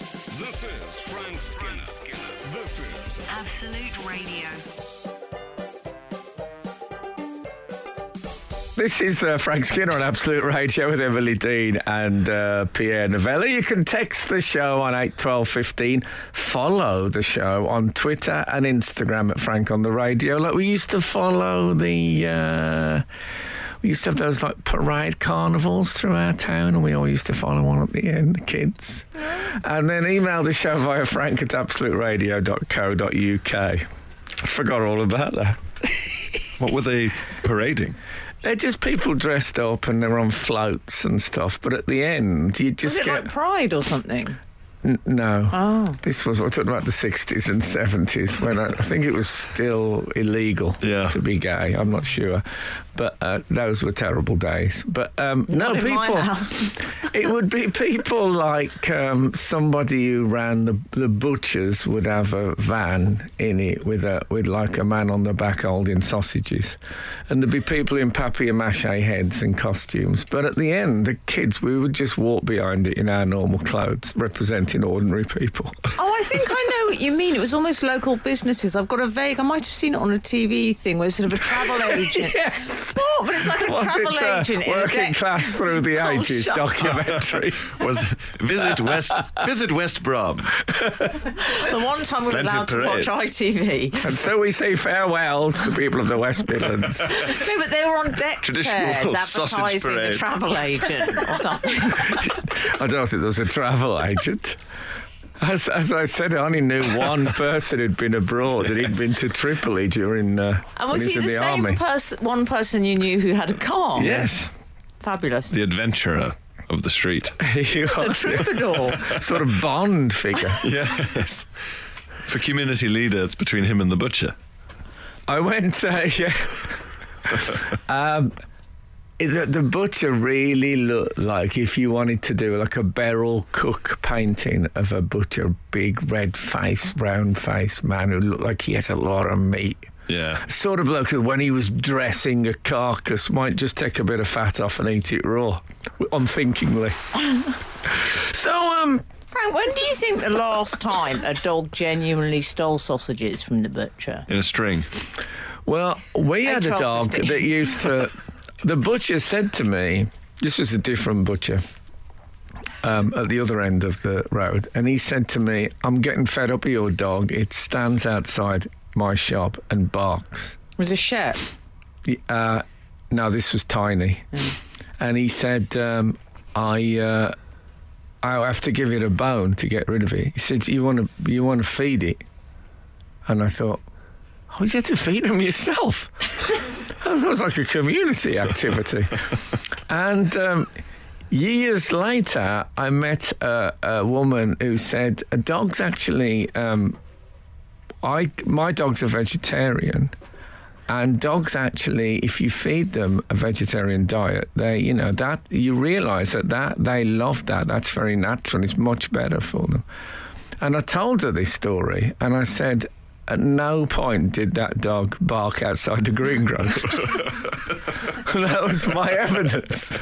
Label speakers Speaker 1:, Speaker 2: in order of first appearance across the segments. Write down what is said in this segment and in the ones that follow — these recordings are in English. Speaker 1: This is Frank Skinner. This is
Speaker 2: Absolute Radio.
Speaker 3: This is uh, Frank Skinner on Absolute Radio with Emily Dean and uh, Pierre Novella. You can text the show on 81215. Follow the show on Twitter and Instagram at Frank on the Radio. Like we used to follow the. Uh, we used to have those like parade carnivals through our town, and we all used to follow one at the end, the kids. And then email the show via frank at absoluteradio.co.uk. I forgot all about that.
Speaker 4: What were they parading?
Speaker 3: They're just people dressed up and they're on floats and stuff. But at the end, you
Speaker 5: Was
Speaker 3: just
Speaker 5: it
Speaker 3: get
Speaker 5: like Pride or something?
Speaker 3: N- no.
Speaker 5: Oh.
Speaker 3: This was we're talking about the sixties and seventies when I, I think it was still illegal
Speaker 4: Yeah.
Speaker 3: to be gay. I'm not sure, but uh, those were terrible days. But um, no
Speaker 5: Not in my
Speaker 3: people.
Speaker 5: house.
Speaker 3: it would be people like um, somebody who ran the the butchers would have a van in it with a with like a man on the back holding sausages, and there'd be people in papier-mâché heads and costumes. But at the end, the kids we would just walk behind it in our normal clothes, representing ordinary people.
Speaker 5: Oh, I think I know what you mean. It was almost local businesses. I've got a vague. I might have seen it on a TV thing where it's sort of a travel agent.
Speaker 3: yes.
Speaker 5: Oh, but it's like a
Speaker 3: Was
Speaker 5: travel
Speaker 3: it, uh,
Speaker 5: agent in a
Speaker 3: working
Speaker 5: deck.
Speaker 3: class through the
Speaker 5: Oh,
Speaker 3: ages
Speaker 5: shut up.
Speaker 3: documentary?
Speaker 4: Was visit West visit West Brom.
Speaker 5: The one time we were
Speaker 4: Plenty of
Speaker 5: allowed to watch
Speaker 4: parades.
Speaker 5: ITV.
Speaker 3: and so we say farewell to the people of the West Midlands.
Speaker 5: No, but they were on deck
Speaker 4: Traditional
Speaker 5: chairs
Speaker 4: sausage
Speaker 5: advertising a
Speaker 4: parade.
Speaker 5: travel agent or something.
Speaker 3: I don't think there was a travel agent. As, as I said, I only knew one person who'd been abroad, and he'd been to Tripoli during uh,
Speaker 5: And
Speaker 3: when
Speaker 5: was
Speaker 3: he was
Speaker 5: he
Speaker 3: in
Speaker 5: the,
Speaker 3: the,
Speaker 5: same
Speaker 3: army.
Speaker 5: person? One person you knew who had a car?
Speaker 4: Yes,
Speaker 5: Fabulous.
Speaker 4: the adventurer of the street.
Speaker 3: He was
Speaker 5: The troubadour.
Speaker 3: a sort of Bond figure.
Speaker 4: yes. For community leader, it's between him and the butcher.
Speaker 3: I went, uh, yeah. um, the, the butcher really looked like if you wanted to do like a Beryl Cook painting of a butcher, big red face, round face man who looked like he had a lot of meat.
Speaker 4: Yeah.
Speaker 3: sort of bloke who, when he was dressing a carcass, might just take a bit of fat off and eat it raw, unthinkingly. so, um,
Speaker 5: Frank, when do you think the last time a dog genuinely stole sausages from the butcher?
Speaker 4: In a string.
Speaker 3: well, we had a
Speaker 5: 12,
Speaker 3: dog
Speaker 5: 15.
Speaker 3: that used to. The butcher said to me, "This was a different butcher." Um, at the other end of the road, and he said to me, "I'm getting fed up of your dog. It stands outside my shop and barks."
Speaker 5: It was a shirt.
Speaker 3: uh, no, this was tiny. And he said, um, I, uh, I'll have to give it a bone to get rid of it. He said, you want to, you want to feed it? And I thought, oh, you had to feed them yourself. that was like a community activity. and um, years later, I met a, a woman who said, a dog's actually, um, I, my dog's a vegetarian. And dogs actually, if you feed them a vegetarian diet, they, you know, that you realise that that they love that. That's very natural. It's much better for them. And I told her this story, and I said, at no point did that dog bark outside the greengrocer. and that was my evidence.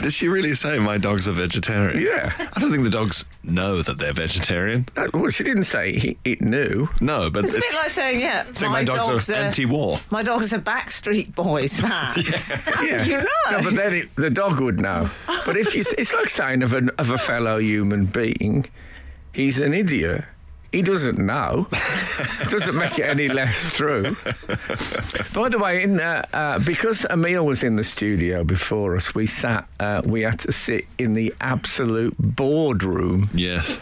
Speaker 4: Did she really say my dog's a vegetarian?
Speaker 3: Yeah.
Speaker 4: I don't think the dogs know that they're vegetarian.
Speaker 3: That- well, she didn't say he, it knew.
Speaker 4: No, but
Speaker 5: It's a bit like saying, yeah,
Speaker 4: I think my, dog's, are anti-war.
Speaker 5: My dog's a Backstreet Boys fan.
Speaker 3: Yeah.
Speaker 5: You know.
Speaker 3: No, but then it, the dog would know. But if you, it's like saying of, an, of a fellow human being, he's an idiot. He doesn't know. doesn't make it any less true. By the way, in uh, uh, because Emil was in the studio before us, we sat. Uh, we had to sit in the absolute boardroom
Speaker 4: Yes.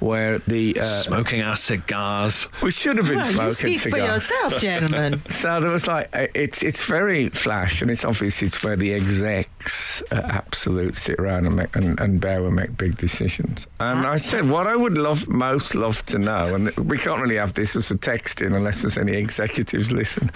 Speaker 3: where the uh,
Speaker 4: Smoking our cigars.
Speaker 3: we should have been
Speaker 5: Well,
Speaker 3: smoking
Speaker 5: you speak
Speaker 3: cigars.
Speaker 5: for yourself, gentlemen.
Speaker 3: So there was like uh, it's it's very flash, and it's obvious it's where the execs at Absolute sit around and make, and, and bear and make big decisions. And I said what I would love most love to know, and we can't really have this as a text in unless there's any executives listen.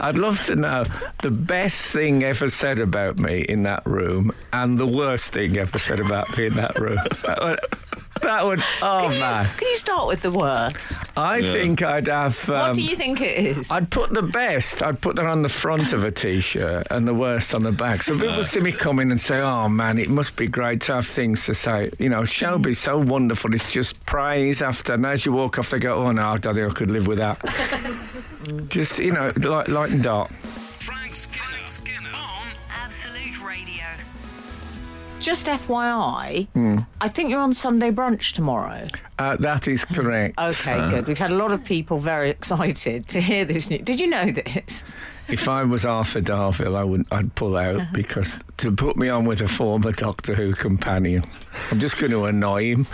Speaker 3: I'd love to know the best thing ever said about me in that room, and the worst thing ever said about me in that room. that would. Oh man,
Speaker 5: Can you start with the worst?
Speaker 3: I think I'd have. Um,
Speaker 5: what do you think it is?
Speaker 3: I'd put the best. I'd put that on the front of a t-shirt and the worst on the back. So people see me come in and say, "Oh man, it must be great to have things to say." You know, Shelby's so wonderful. It's just praise after, and as you walk off, they go, "Oh no, Daddy, I could live with that." just you know, light, light and dark.
Speaker 1: Frank Skinner, on
Speaker 2: Absolute Radio.
Speaker 5: Just FYI, I think you're on Sunday brunch tomorrow.
Speaker 3: Uh, that is correct.
Speaker 5: Okay, good. We've had a lot of people very excited to hear this news. Did you know this?
Speaker 3: If I was Arthur Darville, I would I'd pull out because to put me on with a former Doctor Who companion, I'm just going to annoy him.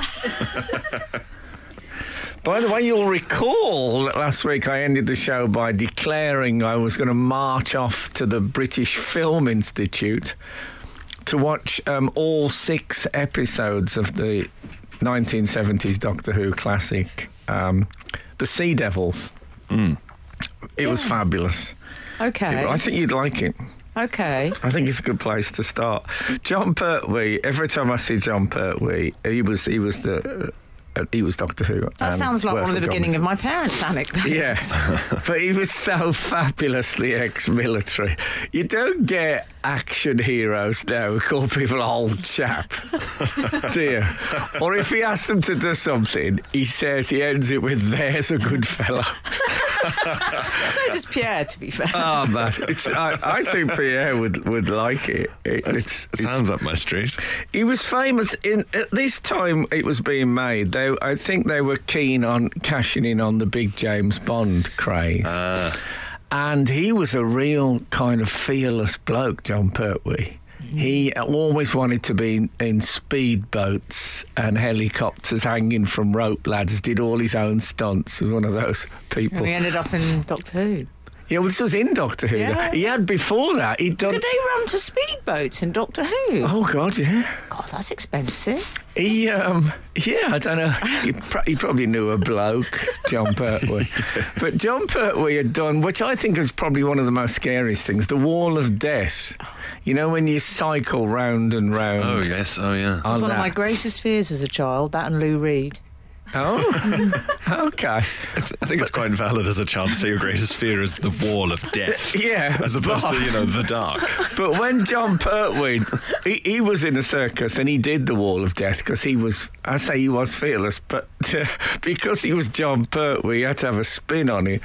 Speaker 3: By the way, you'll recall that last week I ended the show by declaring I was going to march off to the British Film Institute to watch um, all six episodes of the 1970s Doctor Who classic, um, The Sea Devils. It was fabulous.
Speaker 5: Okay.
Speaker 3: I think you'd like it.
Speaker 5: Okay.
Speaker 3: I think it's a good place to start. John Pertwee. Every time I see John Pertwee, he was he was the uh, he was Doctor Who. um,
Speaker 5: That
Speaker 3: and
Speaker 5: sounds like one of the
Speaker 3: Wurzel
Speaker 5: beginning
Speaker 3: Gummidge.
Speaker 5: of my parents' anecdotes.
Speaker 3: Yeah, but he was so fabulously ex-military. You don't get action heroes now who call people old chap, do you? Or if he asks them to do something, he says he ends it with "There's a good fellow."
Speaker 5: So does Pierre, to be fair.
Speaker 3: Oh man, it's, I, I think Pierre would would like it. it it's,
Speaker 4: It sounds up my street.
Speaker 3: He was famous in at this time it was being made. They, I think they were keen on cashing in on the big James Bond craze.
Speaker 5: Ah.
Speaker 3: And he was a real kind of fearless bloke, John Pertwee.
Speaker 5: Mm.
Speaker 3: He always wanted to be in, in speedboats and helicopters hanging from rope ladders, did all his own stunts. He was one of those people.
Speaker 5: And we ended up in Doctor Who.
Speaker 3: Yeah, well, this was in Doctor Who.
Speaker 5: Yeah.
Speaker 3: He had before that, he'd done.
Speaker 5: Could they run to speedboats in Doctor Who?
Speaker 3: Oh, God, yeah.
Speaker 5: God, that's expensive.
Speaker 3: He, um, yeah, I don't know. He, pr- he probably knew a bloke, John Pertwee. But John Pertwee had done, which I think is probably one of the most scariest things, the wall of death. You know, when you cycle round and round.
Speaker 4: Oh yes. Oh yeah.
Speaker 3: on
Speaker 5: It's one of
Speaker 3: that.
Speaker 5: my greatest fears as a child, that and Lou Reed.
Speaker 3: Oh, okay.
Speaker 4: It's, I think it's quite valid as a child to say your greatest fear is the wall of death.
Speaker 3: Yeah.
Speaker 4: As opposed to you know the dark.
Speaker 3: But when John Pertwee, he, he was in a circus and he did the Wall of Death because he was, I say he was fearless, but uh, because he was John Pertwee, he had to have a spin on it.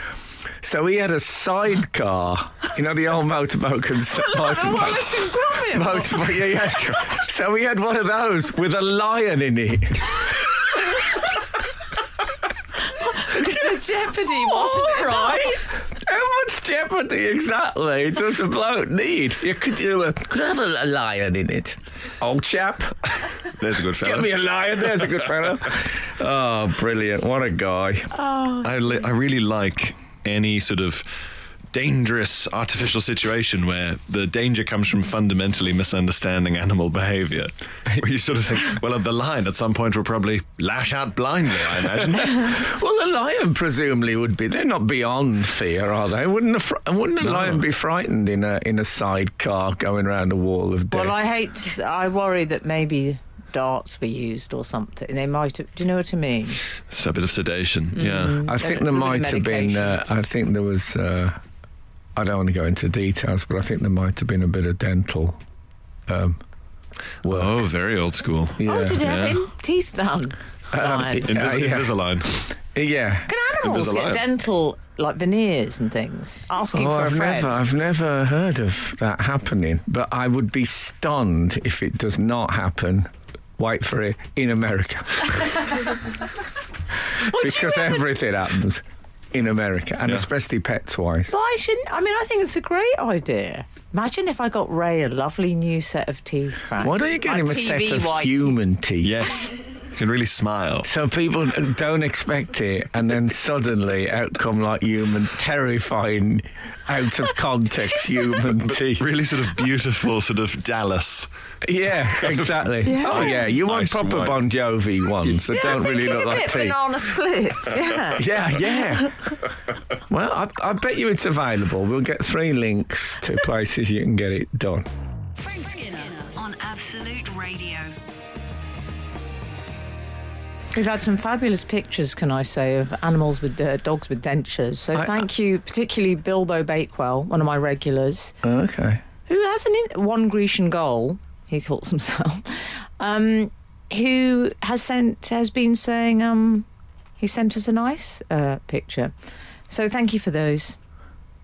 Speaker 3: So he had a sidecar, you know, the old motorboat and
Speaker 5: Oh,
Speaker 3: motorboat.
Speaker 5: Wallace and Gromit.
Speaker 3: motorboat yeah, yeah. So he had one of those with a lion in it.
Speaker 5: Because the Jeopardy wasn't it?
Speaker 3: right. How much jeopardy exactly does a bloke need? You could do a could I have a, a lion in it, old chap.
Speaker 4: There's a good
Speaker 3: Get
Speaker 4: fellow.
Speaker 3: me a lion. There's a good fella. Oh, brilliant! What a guy.
Speaker 4: I, li- I really like any sort of dangerous artificial situation where the danger comes from fundamentally misunderstanding animal behavior. Where you sort of think, well, the lion at some point will probably lash out blindly, I imagine.
Speaker 3: Well, the lion presumably would be. They're not beyond fear, are they? Wouldn't a fr- wouldn't a lion be frightened in a in a sidecar going round a wall of death?
Speaker 5: Well, I hate. To, s- I worry that maybe darts were used or something. They might have. Do you know what I mean?
Speaker 4: it's a bit of sedation, yeah.
Speaker 3: I think
Speaker 5: a
Speaker 3: there
Speaker 5: little bit of
Speaker 3: might have been. Uh,
Speaker 5: medication.
Speaker 3: I think there was. Uh, I don't want to go into details, but I think there might have been a bit of dental. Um,
Speaker 4: Oh, very old school.
Speaker 3: yeah.
Speaker 5: oh, did it have
Speaker 4: yeah.
Speaker 5: him teeth done? Lion.
Speaker 3: it-
Speaker 4: Invis-
Speaker 3: Uh, yeah.
Speaker 4: Invisalign.
Speaker 3: yeah.
Speaker 5: Can animals
Speaker 4: Invisalign.
Speaker 5: get dental like veneers and things? Asking
Speaker 3: Oh,
Speaker 5: for a
Speaker 3: I've
Speaker 5: friend.
Speaker 3: never, I've never heard of that happening. But I would be stunned if it does not happen. Wait for it in America,
Speaker 5: What do you
Speaker 3: because
Speaker 5: reckon?
Speaker 3: everything happens in America, and
Speaker 4: Yeah.
Speaker 3: especially pets wise.
Speaker 5: Why shouldn't? I mean, I think it's a great idea. Imagine if I got Ray a lovely new set of teeth. Frank.
Speaker 3: Why don't you get
Speaker 5: Like
Speaker 3: him a
Speaker 5: TV
Speaker 3: set of
Speaker 5: white teeth.
Speaker 3: human teeth?
Speaker 4: Yes. You can really smile.
Speaker 3: So people don't expect it, and then suddenly out come like human, terrifying, out of context human teeth.
Speaker 4: Really sort of beautiful, sort of Dallas.
Speaker 3: Yeah, exactly. Oh yeah, you want
Speaker 4: Nice
Speaker 3: proper
Speaker 4: one.
Speaker 3: Bon Jovi ones that
Speaker 5: Yeah,
Speaker 3: don't really
Speaker 5: thinking
Speaker 3: look
Speaker 5: a
Speaker 3: like
Speaker 5: bit
Speaker 3: teeth.
Speaker 5: Banana splits. Yeah.
Speaker 3: Yeah, yeah. well, I, I bet you it's available. We'll get three links to places you can get it done.
Speaker 2: Frank Skinner on Absolute Radio.
Speaker 5: We've had some fabulous pictures, can I say, of animals with uh, dogs with dentures. So
Speaker 3: I-
Speaker 5: thank you, particularly Bilbo Bakewell, one of my regulars,
Speaker 3: Okay.
Speaker 5: who has an in- one Grecian goal. He calls himself. Um, who has sent has been saying um, he sent us a nice uh, picture. So thank you for those.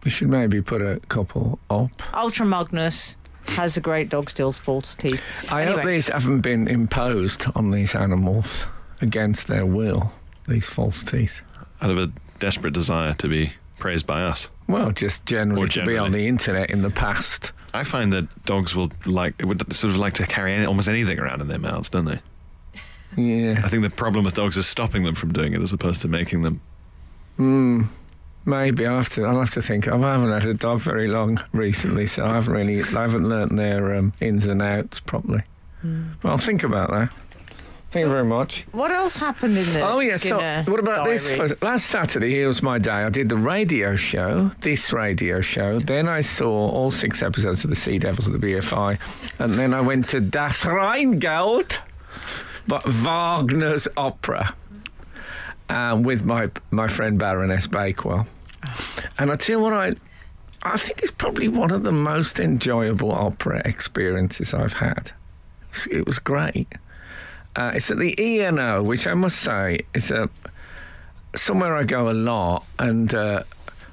Speaker 3: We should maybe put a couple up.
Speaker 5: Ultra Magnus has a great dog, steals false teeth.
Speaker 3: I hope
Speaker 5: Anyway.
Speaker 3: these haven't been imposed on these animals against their will, these false teeth.
Speaker 4: Out of a desperate desire to be praised by us.
Speaker 3: Well, just generally,
Speaker 4: Or
Speaker 3: to be on
Speaker 4: generally.
Speaker 3: the internet in the past.
Speaker 4: I find that dogs will like would sort of like to carry any, almost anything around in their mouths, don't they? I
Speaker 3: Yeah.
Speaker 4: think the problem with dogs is stopping them from doing it as opposed to making them.
Speaker 3: Mm, maybe I have to, I'll have to think. I haven't had a dog very long recently, so I haven't really, I haven't learnt their um, ins and outs properly. Well, I'll think about that. Thank you very much.
Speaker 5: What else happened in the
Speaker 3: Oh yes. So
Speaker 5: Skinner
Speaker 3: what about this?
Speaker 5: diary?
Speaker 3: First- Last Saturday it was my day. I did the radio show, this radio show. Then I saw all six episodes of the Sea Devils at the BFI, and then I went to Das Rheingold, but Wagner's opera, um, with my my friend Baroness Bakewell. And I tell you what, I I think it's probably one of the most enjoyable opera experiences I've had. It was- It was great. Uh, it's at the ENO, which I must say is a somewhere I go a lot, and uh,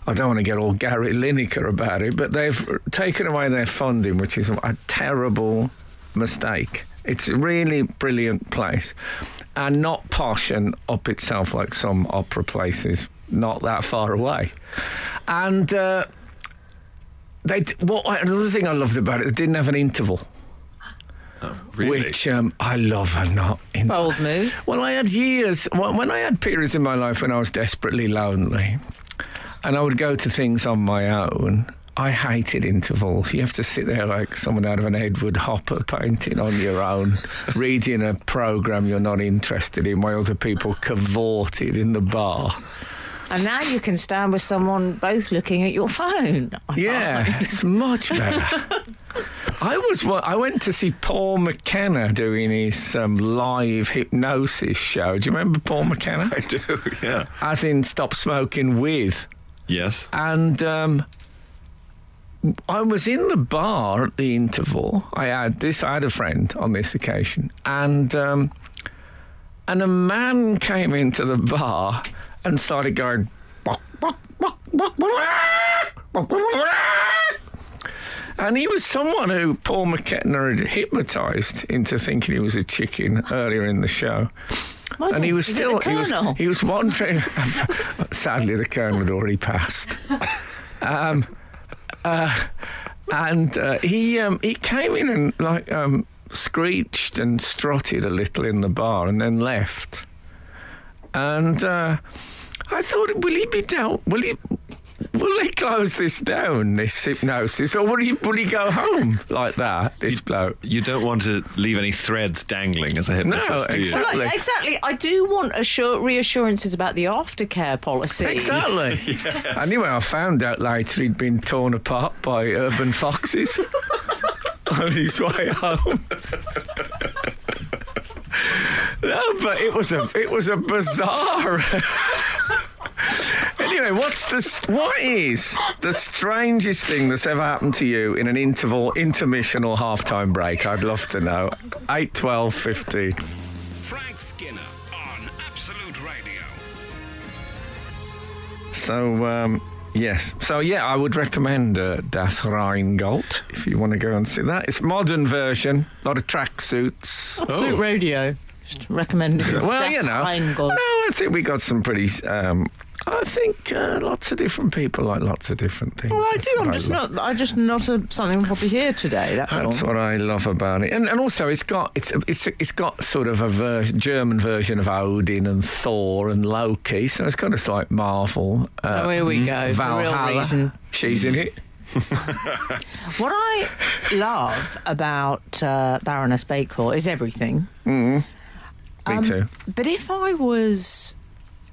Speaker 3: I don't want to get all Gary Lineker about it, but they've taken away their funding, which is a terrible mistake. It's a really brilliant place, and not posh and up itself like some opera places, not that far away, and. Uh, they d- what another thing I loved about it, they didn't have an interval,
Speaker 4: Really?
Speaker 3: which um, I love a not in
Speaker 5: bold move.
Speaker 3: well, I had years when when I had periods in my life when I was desperately lonely, and I would go to things on my own. I hated intervals. You have to sit there like someone out of an Edward Hopper painting on your own, reading a program you're not interested in while other people cavorted in the bar.
Speaker 5: And now you can stand with someone both looking at your phone.
Speaker 3: Yeah, it's much better. I was wa- I went to see Paul McKenna doing his um, live hypnosis show. Do you remember Paul McKenna?
Speaker 4: I do. Yeah.
Speaker 3: as in stop smoking with.
Speaker 4: Yes.
Speaker 3: And um, I was in the bar at the interval. I had this. I had a friend on this occasion, and um, and a man came into the bar and started going. And he was someone who Paul McKenna had hypnotised into thinking he was a chicken earlier in the show
Speaker 5: Was
Speaker 3: and
Speaker 5: it?
Speaker 3: he was
Speaker 5: Is it
Speaker 3: still
Speaker 5: the
Speaker 3: he
Speaker 5: colonel?
Speaker 3: was he was wandering. Sadly, the colonel had already passed. Um, uh, and uh, he um, he came in and like um, screeched and strutted a little in the bar, and then left. And uh, I thought, will he be down? Will he? Will they close this down, this hypnosis, or will he, will he go home like that, this bloke?
Speaker 4: You don't want to leave any threads dangling as a hypnotist, do you?
Speaker 5: Well,
Speaker 3: exactly.
Speaker 5: like, exactly. I do want assure- reassurances about the aftercare policy.
Speaker 3: Exactly. Anyway, I found out later he'd been torn apart by urban foxes on his way home. no, but it was a it was a bizarre. anyway, what's the what is the strangest thing that's ever happened to you in an interval, intermission, or halftime break? I'd love to know. 8, 12, 15.
Speaker 1: Frank Skinner on Absolute Radio.
Speaker 3: So um, yes, so yeah, I would recommend uh, Das Rheingold if you want to go and see that. It's modern version, a lot of tracksuits.
Speaker 5: Absolute radio. Just recommended.
Speaker 3: Well,
Speaker 5: Death
Speaker 3: you know,
Speaker 5: Triangle.
Speaker 3: no, I think we got some pretty. Um, I think uh, lots of different people like lots of different things.
Speaker 5: Well, I
Speaker 3: That's
Speaker 5: do.
Speaker 3: what
Speaker 5: I'm just
Speaker 3: love.
Speaker 5: not. I just not a, something probably here today. That's,
Speaker 3: That's
Speaker 5: all.
Speaker 3: what I love about it, and and also it's got it's it's it's got sort of a ver- German version of Odin and Thor and Loki, so it's kind of like Marvel. Uh,
Speaker 5: oh, here we go. The real
Speaker 3: Valhalla,
Speaker 5: reason.
Speaker 3: she's in it.
Speaker 5: What I love about uh, Baroness Bakewell is everything.
Speaker 3: Me
Speaker 5: Um,
Speaker 3: too.
Speaker 5: But if I was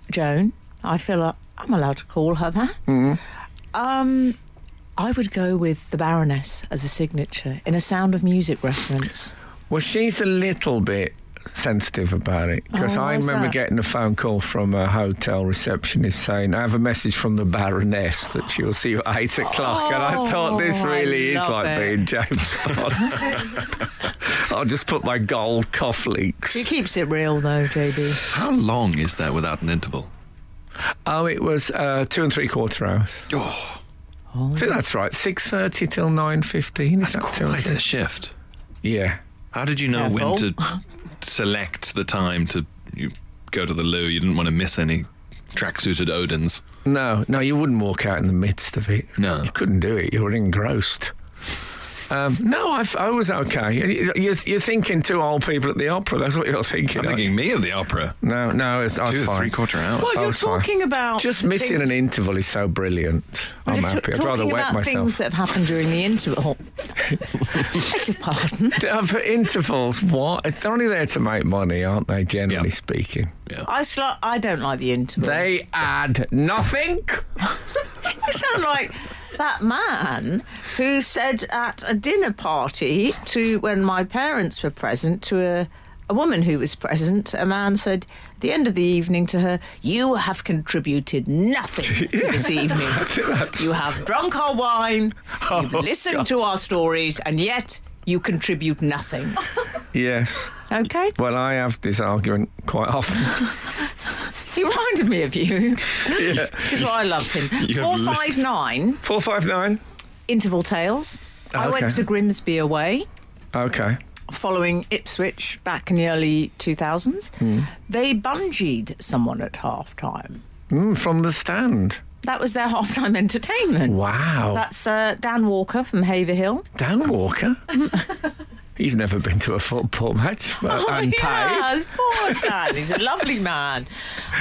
Speaker 5: Joan, I feel like I'm allowed to call her that. Um, I would go with the Baroness as a signature in a Sound of Music reference.
Speaker 3: Well, she's a little bit sensitive about it because
Speaker 5: Oh,
Speaker 3: I
Speaker 5: why's
Speaker 3: remember
Speaker 5: that?
Speaker 3: getting a phone call from a hotel receptionist saying, "I have a message from the Baroness that she will see you at eight o'clock," and I thought this
Speaker 5: Oh, I
Speaker 3: really is
Speaker 5: love
Speaker 3: like
Speaker 5: it.
Speaker 3: being James Bond. I'll just put my gold
Speaker 5: He
Speaker 3: cufflinks.
Speaker 5: keeps it real though, JB.
Speaker 4: How long is that without an interval?
Speaker 3: Oh, it was uh, two and three quarter hours.
Speaker 4: Oh,
Speaker 3: I think that's right. Six thirty till nine fifteen. Is
Speaker 4: that's
Speaker 3: that two and
Speaker 4: quite
Speaker 3: three?
Speaker 4: a shift.
Speaker 3: Yeah.
Speaker 4: How did you know when
Speaker 5: Careful.
Speaker 4: to select the time to you go to the loo? You didn't want to miss any tracksuited Odins.
Speaker 3: No, no, you wouldn't walk out in the midst of it.
Speaker 4: No.
Speaker 3: You couldn't do it. You were engrossed. Um, no, I, I was okay. You- You're, you're thinking two old people at the opera. That's what you're thinking.
Speaker 4: I'm thinking me of the opera.
Speaker 3: No, no, it's, I was
Speaker 4: Two,
Speaker 3: fine.
Speaker 4: three quarter hour.
Speaker 5: Well,
Speaker 3: I
Speaker 5: you're
Speaker 3: was fine.
Speaker 5: talking about
Speaker 3: Oh, Just missing an
Speaker 5: things-
Speaker 3: interval is so brilliant.
Speaker 5: Well,
Speaker 3: I'm
Speaker 5: you're
Speaker 3: happy.
Speaker 5: ta-
Speaker 3: I'd rather
Speaker 5: talking
Speaker 3: wet
Speaker 5: about
Speaker 3: myself.
Speaker 5: things that have happened during the interval. Beg your pardon.
Speaker 3: Uh, For intervals, what? They're only there to make money, aren't they? Generally
Speaker 4: Yeah.
Speaker 3: speaking,
Speaker 5: I sl- I don't like the interval.
Speaker 3: they add nothing.
Speaker 5: You sound like that man who said at a dinner party to when my parents were present to a a woman who was present, a man said at the end of the evening to her, You have contributed nothing to this evening. You have drunk our wine,
Speaker 4: Oh,
Speaker 5: you've listened to our stories, and yet you contribute nothing.
Speaker 3: Yes.
Speaker 5: Okay?
Speaker 3: Well, I have this argument quite often.
Speaker 5: He reminded me of you, which is why I loved him.
Speaker 4: You have listened-
Speaker 5: 459,
Speaker 3: Four five nine.
Speaker 5: Interval Tales. I went
Speaker 3: Okay.
Speaker 5: to Grimsby away.
Speaker 3: Okay.
Speaker 5: following Ipswich back in the early 2000s,
Speaker 3: Hmm.
Speaker 5: they bungeed someone at half time.
Speaker 3: Mm, from the stand.
Speaker 5: That was their half time entertainment.
Speaker 3: Wow.
Speaker 5: That's uh, Dan Walker from Haverhill.
Speaker 3: Dan Walker. He's never been to a football match but
Speaker 5: Oh,
Speaker 3: unpaid.
Speaker 5: yes, poor Dan. He's a lovely man.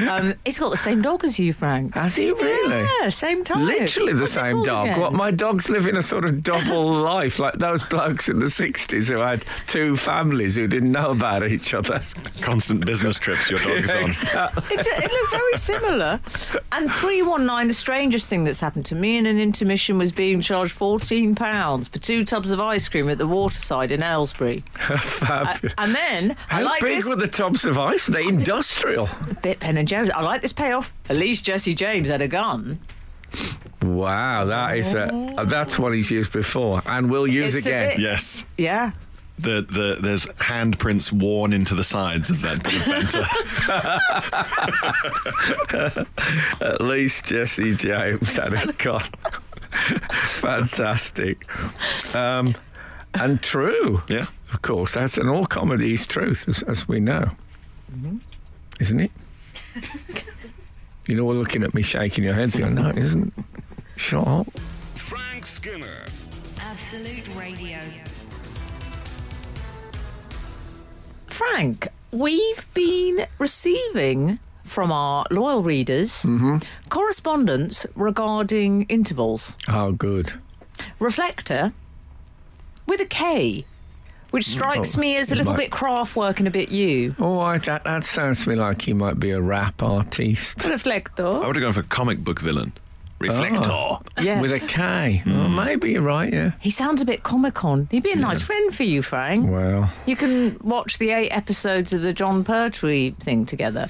Speaker 5: Um, he's got the same dog as you, Frank.
Speaker 3: Has he Ah, really?
Speaker 5: Yeah, same type.
Speaker 3: Literally the
Speaker 5: What's it
Speaker 3: same
Speaker 5: called
Speaker 3: dog.
Speaker 5: again?
Speaker 3: What my dogs live in a sort of double life, like those blokes in the '60s who had two families who didn't know about each other.
Speaker 4: Constant business trips your dog is on.
Speaker 5: it, ju- it looked very similar. And 319, the strangest thing that's happened to me in an intermission was being charged £14 for two tubs of ice cream at the waterside in Aylesbury.
Speaker 3: Fab.
Speaker 5: And then I
Speaker 3: How
Speaker 5: like
Speaker 3: big
Speaker 5: this
Speaker 3: were the tops of ice? They're industrial.
Speaker 5: bit Pen and James. I like this payoff. At least Jesse James had a gun.
Speaker 3: Wow, that is a, that's what he's used before and will use
Speaker 5: Oh. It's a
Speaker 3: again.
Speaker 5: bit-
Speaker 4: Yes.
Speaker 5: Yeah.
Speaker 4: The, the, there's handprints worn into the sides of that bit of banter.
Speaker 3: At least Jesse James had a gun. Fantastic. Um, and true,
Speaker 4: yeah.
Speaker 3: of course. That's an all comedy is truth, as, as we know. Mm-hmm. Isn't it? You're all looking at me shaking your heads. You're no, it isn't. Shut up.
Speaker 1: Frank Skinner.
Speaker 2: Absolute Radio.
Speaker 5: Frank, we've been receiving from our loyal readers
Speaker 3: Mm-hmm.
Speaker 5: correspondence regarding intervals.
Speaker 3: Oh, good.
Speaker 5: Reflector with a K, which strikes
Speaker 3: Oh,
Speaker 5: me as a
Speaker 3: it
Speaker 5: little
Speaker 3: might-
Speaker 5: bit craft work and a bit you.
Speaker 3: Oh, I, that, that sounds to me like he might be a rap artiste.
Speaker 4: I
Speaker 3: Oh,
Speaker 5: Reflector.
Speaker 4: would have gone for comic book villain. Reflector.
Speaker 5: Yes.
Speaker 3: With a K. Oh, maybe you're right, yeah.
Speaker 5: He sounds a bit Comic Con. He'd be a nice friend for you, Frank.
Speaker 3: Well,
Speaker 5: You can watch the eight episodes of the John Pertwee thing together.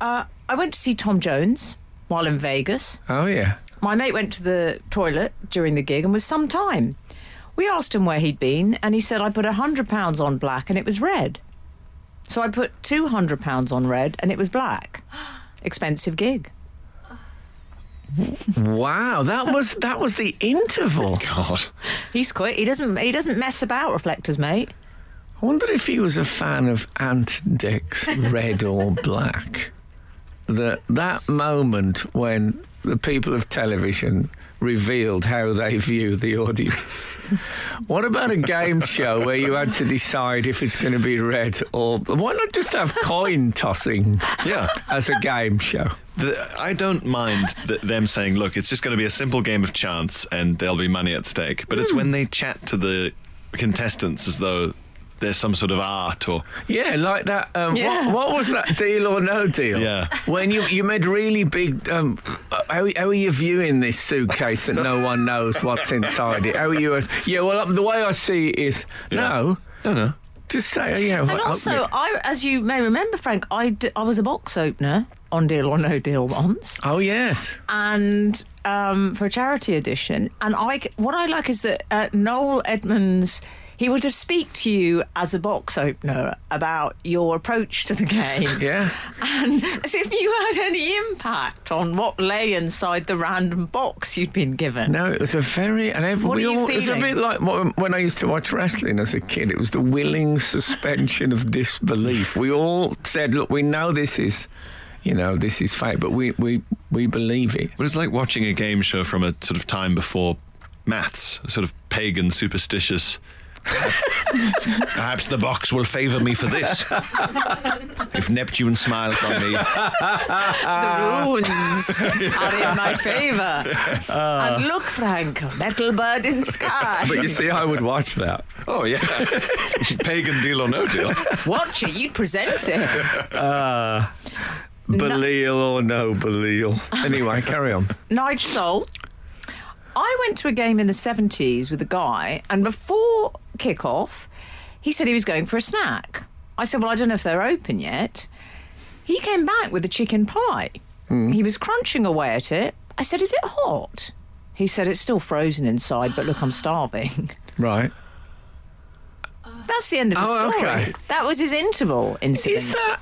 Speaker 5: Uh, I went to see Tom Jones while in Vegas.
Speaker 3: oh, yeah.
Speaker 5: My mate went to the toilet during the gig and was some time. We asked him where he'd been, and he said, I put £100 on black and it was red. So I put £200 on red and it was black. Expensive gig.
Speaker 3: Wow, that was that was the interval.
Speaker 4: God.
Speaker 5: He's quite. He doesn't. He doesn't mess about reflectors, mate.
Speaker 3: I wonder if he was a fan of Ant Deck's Red or Black. That that moment when the people of television revealed how they view the audience. what about a game show where you had to decide if it's going to be red or why not just have coin tossing
Speaker 4: Yeah.
Speaker 3: as a game show?
Speaker 4: The, I don't mind th- them saying, look, it's just going to be a simple game of chance and there'll be money at stake. But it's when they chat to the contestants as though there's some sort of art or.
Speaker 3: Yeah, like that. Um,
Speaker 5: Yeah.
Speaker 3: what, what was that deal or no deal?
Speaker 4: Yeah.
Speaker 3: When you you made really big. Um, uh, how, how are you viewing this suitcase that no one knows what's inside it? How are you? as- Yeah, well, um, the way I see it is no.
Speaker 4: No, no.
Speaker 3: Just say, yeah.
Speaker 5: And also, I, as you may remember, Frank, I, d- I was a box opener on Deal or No Deal once,
Speaker 3: oh yes.
Speaker 5: and um, for a charity edition. And I, c- what I like is that uh, Noel Edmonds. He would have speak to you as a box opener about your approach to the game,
Speaker 3: Yeah.
Speaker 5: and as if you had any impact on what lay inside the random box you'd been given.
Speaker 3: No, it was a very and every,
Speaker 5: What
Speaker 3: we
Speaker 5: are you
Speaker 3: all, it was a
Speaker 5: feeling?
Speaker 3: bit like wh- when I used to watch wrestling as a kid. It was the willing suspension of disbelief. We all said, "Look, we know this is, you know, this is fake, but we we we believe it."
Speaker 4: But it's like watching a game show from a sort of time before maths, sort of pagan, superstitious. Perhaps the box will favour me for this. if Neptune smiles on me,
Speaker 5: the runes are in my favour. and look, Frank, little bird in sky.
Speaker 3: But you see, I would watch that.
Speaker 4: oh yeah, pagan deal or no deal.
Speaker 5: Watch it, you present it.
Speaker 3: Belial or no Belial. Anyway, carry on.
Speaker 5: Nigel Soul. I went to a game in the 70s with a guy, and before kickoff, he said he was going for a snack. I said, Well, I don't know if they're open yet. He came back with a chicken pie.
Speaker 3: Hmm.
Speaker 5: He was crunching away at it. I said, Is it hot? He said, It's still frozen inside, but look, I'm starving.
Speaker 3: Right.
Speaker 5: That's the end of the
Speaker 3: Oh,
Speaker 5: story.
Speaker 3: okay.
Speaker 5: That was his interval incident.
Speaker 3: Is that?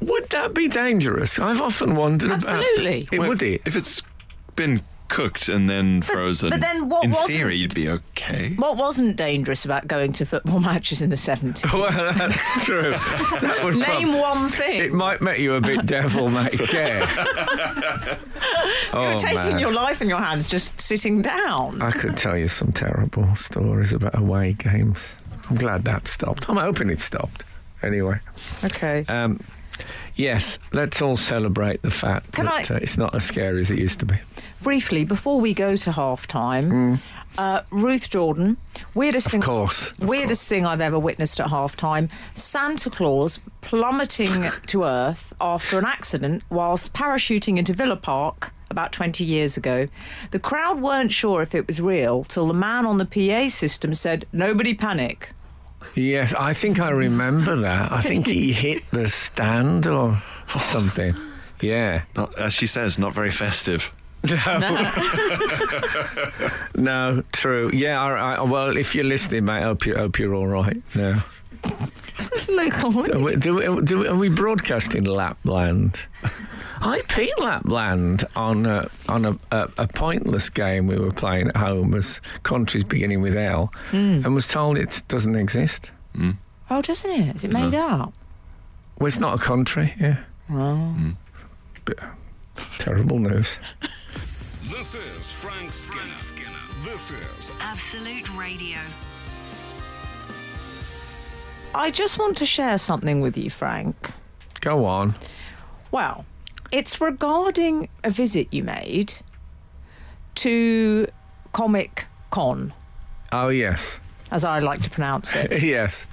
Speaker 3: Would that be dangerous? I've often wondered
Speaker 5: Absolutely.
Speaker 3: about. It
Speaker 4: Well,
Speaker 3: would
Speaker 4: if-
Speaker 3: it.
Speaker 4: If it's been cooked and then frozen,
Speaker 5: but then what
Speaker 4: in
Speaker 5: wasn't?
Speaker 4: theory you'd be okay.
Speaker 5: What wasn't dangerous about going to football matches in the 70s?
Speaker 3: Well, that's true. That would prob-
Speaker 5: Name one thing.
Speaker 3: It might make you a bit devil may care.
Speaker 5: You're
Speaker 3: oh,
Speaker 5: taking
Speaker 3: man. Uh,
Speaker 5: your life in your hands just sitting down.
Speaker 3: I could tell you some terrible stories about away games. I'm glad that stopped. I'm hoping it stopped. Anyway,
Speaker 5: Okay.
Speaker 3: um, yes, let's all celebrate the fact
Speaker 5: Can
Speaker 3: that
Speaker 5: I-
Speaker 3: uh, it's not as scary as it used to be.
Speaker 5: Briefly, before we go to half time, uh, Ruth Jordan, weirdest thing.
Speaker 3: Hmm. course.
Speaker 5: Weirdest thing I've ever witnessed at half time Santa Claus plummeting to earth after an accident whilst parachuting into Villa Park about 20 years ago. The crowd weren't sure if it was real till the man on the PA system said, Nobody panic.
Speaker 3: Yes, I think I remember that. I think he hit the stand or something. Yeah.
Speaker 4: Not, as she says, not very festive.
Speaker 3: No, true. Yeah. I, I, well, if you're listening, mate, hope you hope you're all right. No. Are we, do, we- do, we- are we broadcasting Lapland? I peed Lapland on a, on a, a, a pointless game we were playing at home as countries beginning with L and was told it doesn't exist.
Speaker 5: Oh, doesn't it? Is it made
Speaker 3: Uh-huh.
Speaker 5: up?
Speaker 3: Well, it's not a country, yeah. Hmm.
Speaker 5: Well,
Speaker 3: Bit- terrible news.
Speaker 1: This is Frank Skinner. This is
Speaker 2: Absolute Radio.
Speaker 5: I just want to share something with you, Frank.
Speaker 3: Go on.
Speaker 5: Well, it's regarding a visit you made to Comic Con,
Speaker 3: Oh, yes.
Speaker 5: as I like to pronounce it.
Speaker 3: yes.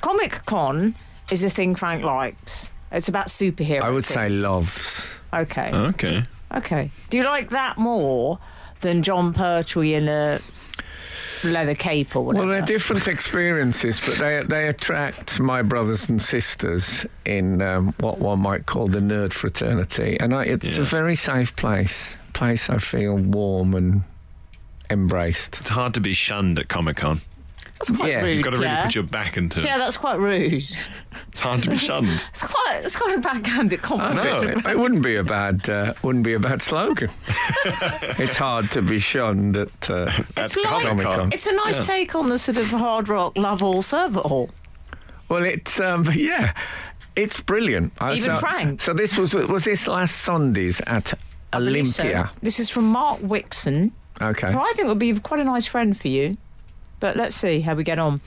Speaker 5: Comic Con is a thing Frank likes. It's about superheroes.
Speaker 3: I would say uh. loves.
Speaker 5: Okay.
Speaker 4: Okay.
Speaker 5: Okay. Do you like that more than John Pertwee in a leather cape or whatever?
Speaker 3: Well, they're different experiences, but they they attract my brothers and sisters in um, what one might call the nerd fraternity, and I, it's a
Speaker 4: Yeah.
Speaker 3: very safe place. Place I feel warm and embraced.
Speaker 4: It's hard to be shunned at Comic Con.
Speaker 5: that's quite
Speaker 3: yeah,
Speaker 5: rude.
Speaker 4: You've got to really
Speaker 5: yeah.
Speaker 4: put your back into it.
Speaker 5: yeah, that's quite rude.
Speaker 4: It's hard to be shunned.
Speaker 5: It's quite, it's quite a backhanded
Speaker 3: I
Speaker 5: compliment.
Speaker 3: think it, it wouldn't be a bad uh, wouldn't be a bad slogan. it's hard to be shunned at uh,
Speaker 5: It's
Speaker 4: At
Speaker 5: like-
Speaker 3: Comic-Con.
Speaker 5: It's a nice take on the sort of hard rock love all serve all.
Speaker 3: Well, it's um, yeah, it's brilliant. I-
Speaker 5: Even
Speaker 3: so,
Speaker 5: Frank.
Speaker 3: So this was was this last Sundays at
Speaker 5: believe so.
Speaker 3: Olympia.
Speaker 5: This is from Mark Wixon,
Speaker 3: Okay.
Speaker 5: who I think would be quite a nice friend for you. But let's see how we get on.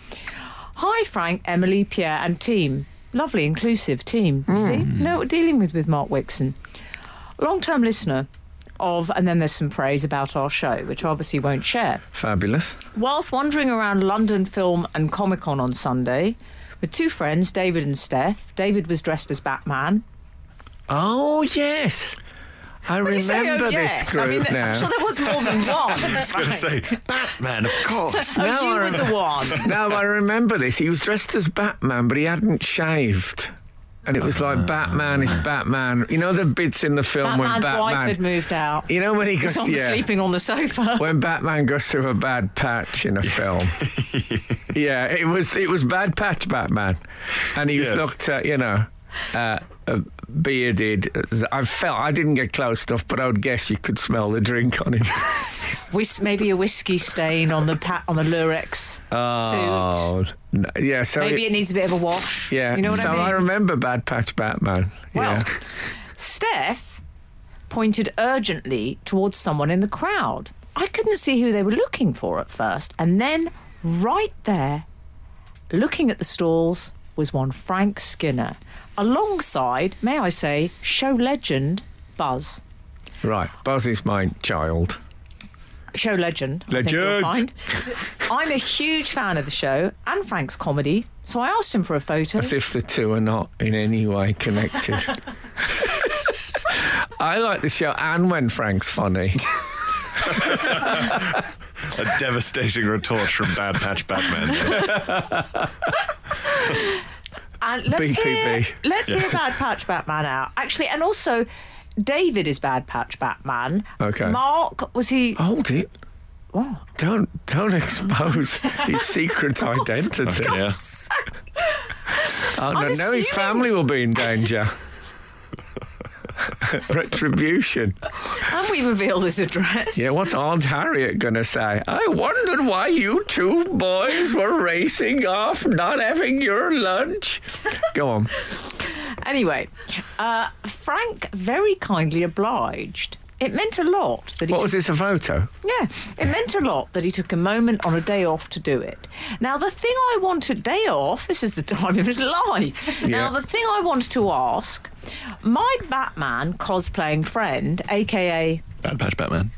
Speaker 5: Hi, Frank, Emily, Pierre, and team. Lovely, inclusive team.
Speaker 3: Hmm.
Speaker 5: See, know what we're dealing with with Mark Wixon. Long term listener of, and then there's some praise about our show, which I obviously won't share.
Speaker 3: Fabulous.
Speaker 5: Whilst wandering around London Film and Comic Con on Sunday with two friends, David and Steph, David was dressed as Batman.
Speaker 3: Oh yes. I
Speaker 5: When you say, oh,
Speaker 3: remember
Speaker 5: yes,
Speaker 3: this group
Speaker 5: I mean,
Speaker 3: now.
Speaker 5: I'm sure there was more than one.
Speaker 4: I was going to say, Batman, of course.
Speaker 5: So, oh,
Speaker 3: Now
Speaker 5: you
Speaker 3: I
Speaker 5: were the
Speaker 3: remember.
Speaker 5: one.
Speaker 3: No, I remember this. He was dressed as Batman, but he hadn't shaved. And it was like Batman if Batman. You know the bits in the film when
Speaker 5: Batman's wife had
Speaker 3: Batman.
Speaker 5: moved out.
Speaker 3: You know when he
Speaker 5: He's
Speaker 3: goes
Speaker 5: on the
Speaker 3: yeah,
Speaker 5: sleeping on the sofa.
Speaker 3: when Batman goes through a bad patch in a film. yeah, it was it was bad patch Batman, and he was
Speaker 4: Yes.
Speaker 3: looked at, you know. Uh, uh, bearded. I felt I didn't get close enough, but I would guess you could smell the drink on him.
Speaker 5: Whis- maybe a whiskey stain on the pat on the Lurex suit.
Speaker 3: Oh, no, Oh, yeah. So
Speaker 5: Maybe
Speaker 3: it-
Speaker 5: it needs a bit of a wash.
Speaker 3: yeah.
Speaker 5: you know what
Speaker 3: so
Speaker 5: I mean.
Speaker 3: remember Bad Patch Batman.
Speaker 5: well,
Speaker 3: yeah.
Speaker 5: Steph pointed urgently towards someone in the crowd. I couldn't see who they were looking for at first, and then right there, looking at the stalls, was one Frank Skinner, alongside, may I say, show legend Buzz.
Speaker 3: Right, Buzz is my child.
Speaker 5: show legend. I think you'll
Speaker 3: Legend.
Speaker 5: find. I'm a huge fan of the show and Frank's comedy, so I asked him for a photo.
Speaker 3: As if the two are not in any way connected. I like the show and when Frank's funny.
Speaker 4: A devastating retort from Bad Patch Batman.
Speaker 5: And let's
Speaker 3: BPB.
Speaker 5: hear, let's hear Bad Patch Batman out. Actually, and also David is Bad Patch Batman.
Speaker 3: Okay.
Speaker 5: Mark was he?
Speaker 3: Hold it.
Speaker 5: What?
Speaker 3: Don't don't expose his secret identity.
Speaker 4: yeah.
Speaker 3: Oh, no,
Speaker 5: I'm
Speaker 3: now his
Speaker 5: assuming-
Speaker 3: family will be in danger. Retribution.
Speaker 5: And we reveal his address.
Speaker 3: Yeah, what's Aunt Harriet gonna say? I wondered why you two boys were racing off, not having your lunch. Go on.
Speaker 5: Anyway, uh, Frank very kindly obliged. It meant a lot that he
Speaker 3: What
Speaker 5: took
Speaker 3: was this a photo?
Speaker 5: Yeah, it meant a lot that he took a moment on a day off to do it. Now, the thing I want to day off, this is the time of his life. Now,
Speaker 3: Yeah.
Speaker 5: the thing I want to ask my Batman cosplaying friend, aka,
Speaker 4: Bad Patch Batman.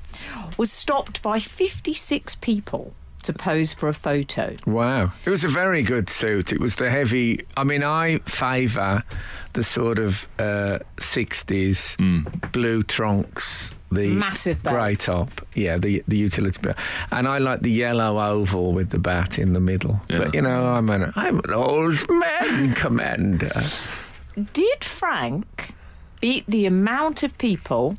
Speaker 5: was stopped by 56 people to pose for a photo.
Speaker 3: Wow. It was a very good suit. It was the heavy. I mean, I favour the sort of uh, 60s blue trunks, the
Speaker 5: Massive belt.
Speaker 3: grey top. Yeah, the, the utility belt. And I like the yellow oval with the bat in the middle. But, you know, I'm an, I'm an old man commander.
Speaker 5: Did Frank beat the amount of people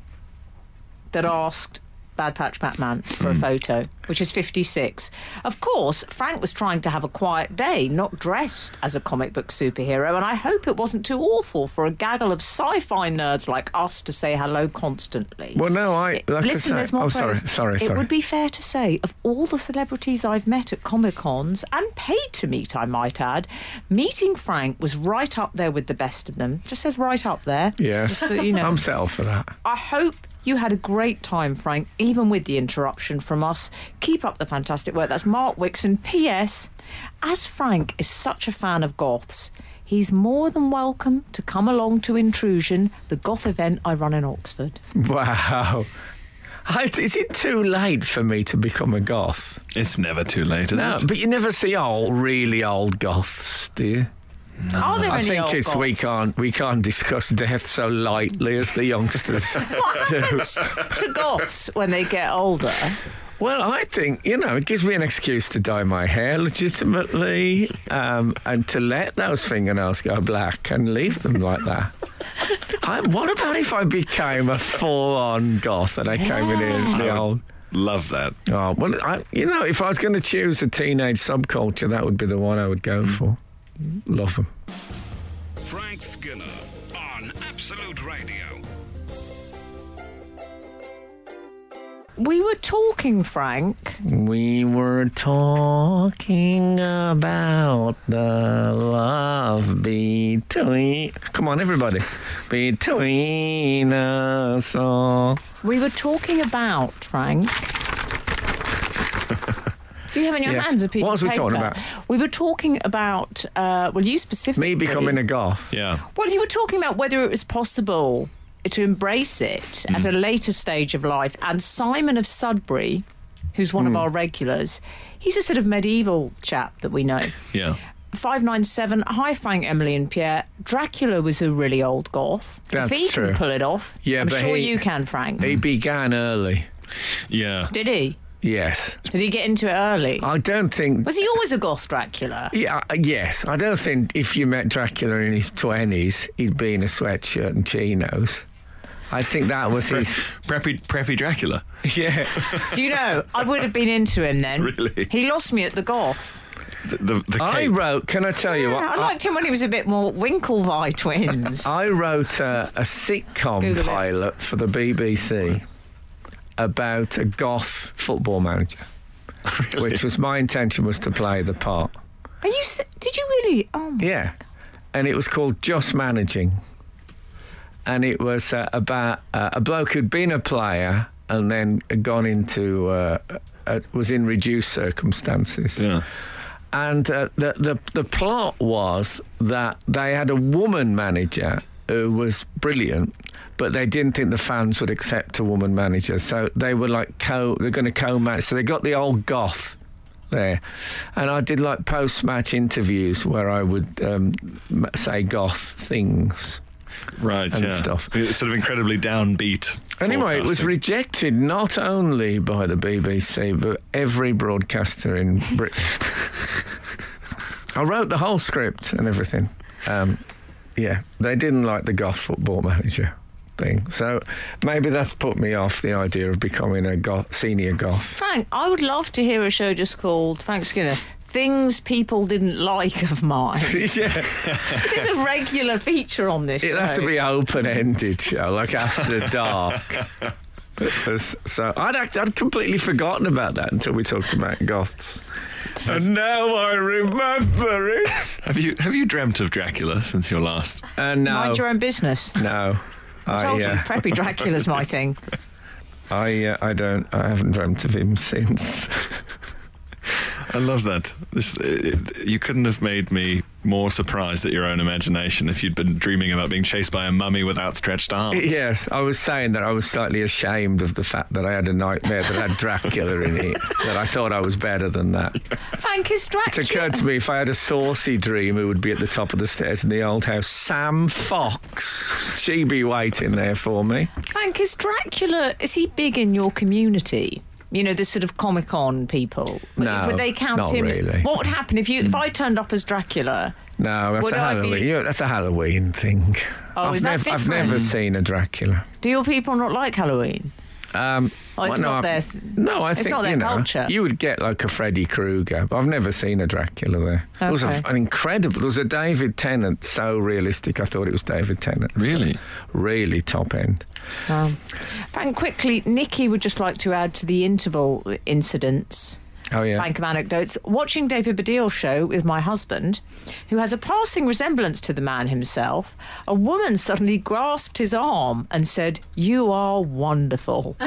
Speaker 5: that asked Bad Patch Batman for a photo, which is 56? Of course, Frank was trying to have a quiet day, not dressed as a comic book superhero, and I hope it wasn't too awful for a gaggle of sci fi nerds like us to say hello constantly.
Speaker 3: Well, no, I. Like I
Speaker 5: Listen,
Speaker 3: say-
Speaker 5: there's more
Speaker 3: Oh, sorry,
Speaker 5: praise.
Speaker 3: sorry,
Speaker 5: It
Speaker 3: sorry.
Speaker 5: would be fair to say, of all the celebrities I've met at Comic Cons and paid to meet, I might add, meeting Frank was right up there with the best of them. Just says right up there.
Speaker 3: Yes. Um,
Speaker 5: Just so you know.
Speaker 3: I'm settled for that.
Speaker 5: I hope you had a great time, Frank, even with the interruption from us. Keep up the fantastic work. That's Mark Wixon. P.S. As Frank is such a fan of goths, he's more than welcome to come along to Intrusion, the goth event I run in Oxford.
Speaker 3: Wow. I, is it too late for me to become a goth?
Speaker 4: It's never too late, is
Speaker 3: No,
Speaker 4: it?
Speaker 3: but you never see old, really old goths, do you?
Speaker 5: Are there
Speaker 3: I
Speaker 5: any
Speaker 3: think
Speaker 5: old
Speaker 3: it's we
Speaker 5: goths?
Speaker 3: can't we can't discuss death so lightly as the youngsters
Speaker 5: What
Speaker 3: do.
Speaker 5: happens to goths when they get older?
Speaker 3: Well, I think you know it gives me an excuse to dye my hair legitimately um, and to let those fingernails go black and leave them like that. I, what about if I became a full-on goth and I came in here the old?
Speaker 4: Love that.
Speaker 3: Oh well, I, you know, if I was going to choose a teenage subculture, that would be the one I would go for.
Speaker 5: Mm-hmm.
Speaker 3: Love them.
Speaker 1: Frank Skinner on Absolute Radio.
Speaker 5: We were talking, Frank.
Speaker 3: We were talking about the love between. Come on, everybody. Between us all.
Speaker 5: We were talking about Frank. Do you have in your
Speaker 3: Yes.
Speaker 5: hands a piece
Speaker 3: What
Speaker 5: of
Speaker 3: was we talking
Speaker 5: paper?
Speaker 3: about?
Speaker 5: We were talking about, uh, well, you specifically.
Speaker 3: Me becoming a goth.
Speaker 4: Yeah.
Speaker 5: Well, you were talking about whether it was possible to embrace it at
Speaker 3: Mm.
Speaker 5: a later stage of life. And Simon of
Speaker 3: Mm.
Speaker 5: Sudbury, who's one of our regulars, he's a sort of medieval chap that we know.
Speaker 4: Yeah.
Speaker 5: 597. Hi, Frank, Emily, and Pierre. Dracula was a really old goth.
Speaker 3: That's
Speaker 5: if he
Speaker 3: true.
Speaker 5: can pull it off,
Speaker 3: Yeah,
Speaker 5: I'm
Speaker 3: but
Speaker 5: sure
Speaker 3: he-
Speaker 5: you can, Frank.
Speaker 3: He began early.
Speaker 4: Yeah.
Speaker 5: Did he?
Speaker 3: Yes.
Speaker 5: Did he get into it early?
Speaker 3: I don't think.
Speaker 5: Was he always a goth Dracula?
Speaker 3: Yeah, I- yes. I don't think if you met Dracula in his 20s, he'd be in a sweatshirt and chinos. I think that was his.
Speaker 4: Preppy, preppy Dracula.
Speaker 3: Yeah.
Speaker 5: Do you know? I would have been into him then.
Speaker 4: Really?
Speaker 5: He lost me at the goth.
Speaker 4: The, the, the
Speaker 3: I
Speaker 4: cape.
Speaker 3: wrote, can I tell you what?
Speaker 5: I
Speaker 3: I-
Speaker 5: liked him when he was a bit more Winklevi twins.
Speaker 3: I wrote a, a sitcom
Speaker 5: Google it.
Speaker 3: pilot for the BBC about a goth football manager, which was my intention was to play the part.
Speaker 5: Are you? se- Did you really? Oh, my-
Speaker 3: Yeah, and it was called Just Managing, and it was uh, about uh, a bloke who'd been a player and then gone into uh, uh, was in reduced circumstances
Speaker 4: Yeah.
Speaker 3: and uh, the, the the plot was that they had a woman manager who was brilliant, but they didn't think the fans would accept a woman manager, so they were like co they're going to co match, so they got the old goth there, and I did like post match interviews where I would um, m- say goth things.
Speaker 4: Right.
Speaker 3: and
Speaker 4: yeah.
Speaker 3: stuff.
Speaker 4: It's sort of incredibly downbeat.
Speaker 3: Anyway, it was
Speaker 4: forecasting.
Speaker 3: rejected not only by the BBC, but every broadcaster in Britain. I wrote the whole script and everything. Um, yeah, they didn't like the goth football manager thing. So maybe that's put me off the idea of becoming a goth, senior goth.
Speaker 5: Frank, I would love to hear a show just called Frank Skinner. Things people didn't like of mine.
Speaker 3: yeah,
Speaker 5: It is a regular feature on this
Speaker 3: it'd
Speaker 5: show.
Speaker 3: have to be open ended show, like After Dark. so I'd, act, I'd completely forgotten about that until we talked about goths. And now I remember it.
Speaker 4: Have you have you dreamt of Dracula since your last?
Speaker 3: Uh, no,
Speaker 5: Mind your own business.
Speaker 3: no,
Speaker 5: I
Speaker 3: I,
Speaker 5: told you,
Speaker 3: uh,
Speaker 5: preppy Dracula's my thing.
Speaker 3: I, uh, I don't. I haven't dreamt of him since.
Speaker 4: I love that. This, it, it- you couldn't have made me more surprised at your own imagination if you'd been dreaming about being chased by a mummy with outstretched arms.
Speaker 3: yes, I was saying that I was slightly ashamed of the fact that I had a nightmare that had Dracula in it. That I thought I was better than that.
Speaker 5: Frank is
Speaker 3: It
Speaker 5: Dracula.
Speaker 3: occurred to me if I had a saucy dream, it would be at the top of the stairs in the old house. Sam Fox, she'd be waiting there for me.
Speaker 5: Frank is Dracula. Is he big in your community? You know, the sort of Comic Con people.
Speaker 3: No,
Speaker 5: would they count
Speaker 3: not
Speaker 5: him?
Speaker 3: really. Mm.
Speaker 5: What would happen if you if I turned up as Dracula?
Speaker 3: No, that's
Speaker 5: Would
Speaker 3: a
Speaker 5: I be-
Speaker 3: Halloween. yeah, that's a Halloween thing.
Speaker 5: Oh,
Speaker 3: I've
Speaker 5: is that
Speaker 3: nev- I've
Speaker 5: different?
Speaker 3: never seen a Dracula.
Speaker 5: Do your people not like Halloween?
Speaker 3: Um,
Speaker 5: Oh, it's
Speaker 3: no,
Speaker 5: not
Speaker 3: I-
Speaker 5: their th-
Speaker 3: no, I
Speaker 5: it's
Speaker 3: think
Speaker 5: not their
Speaker 3: you know,
Speaker 5: culture.
Speaker 3: You would get like a Freddy Krueger. but I've never seen a Dracula there. There was a,
Speaker 5: Okay.
Speaker 3: an incredible. There was a David Tennant. So realistic, I thought it was David Tennant.
Speaker 4: Really?
Speaker 3: Really top end.
Speaker 5: Um, Frank, quickly, Nikki would just like to add to the interval incidents.
Speaker 3: Oh yeah.
Speaker 5: Bank of anecdotes. Watching David Baddiel's show with my husband, who has a passing resemblance to the man himself, a woman suddenly grasped his arm and said, You are wonderful.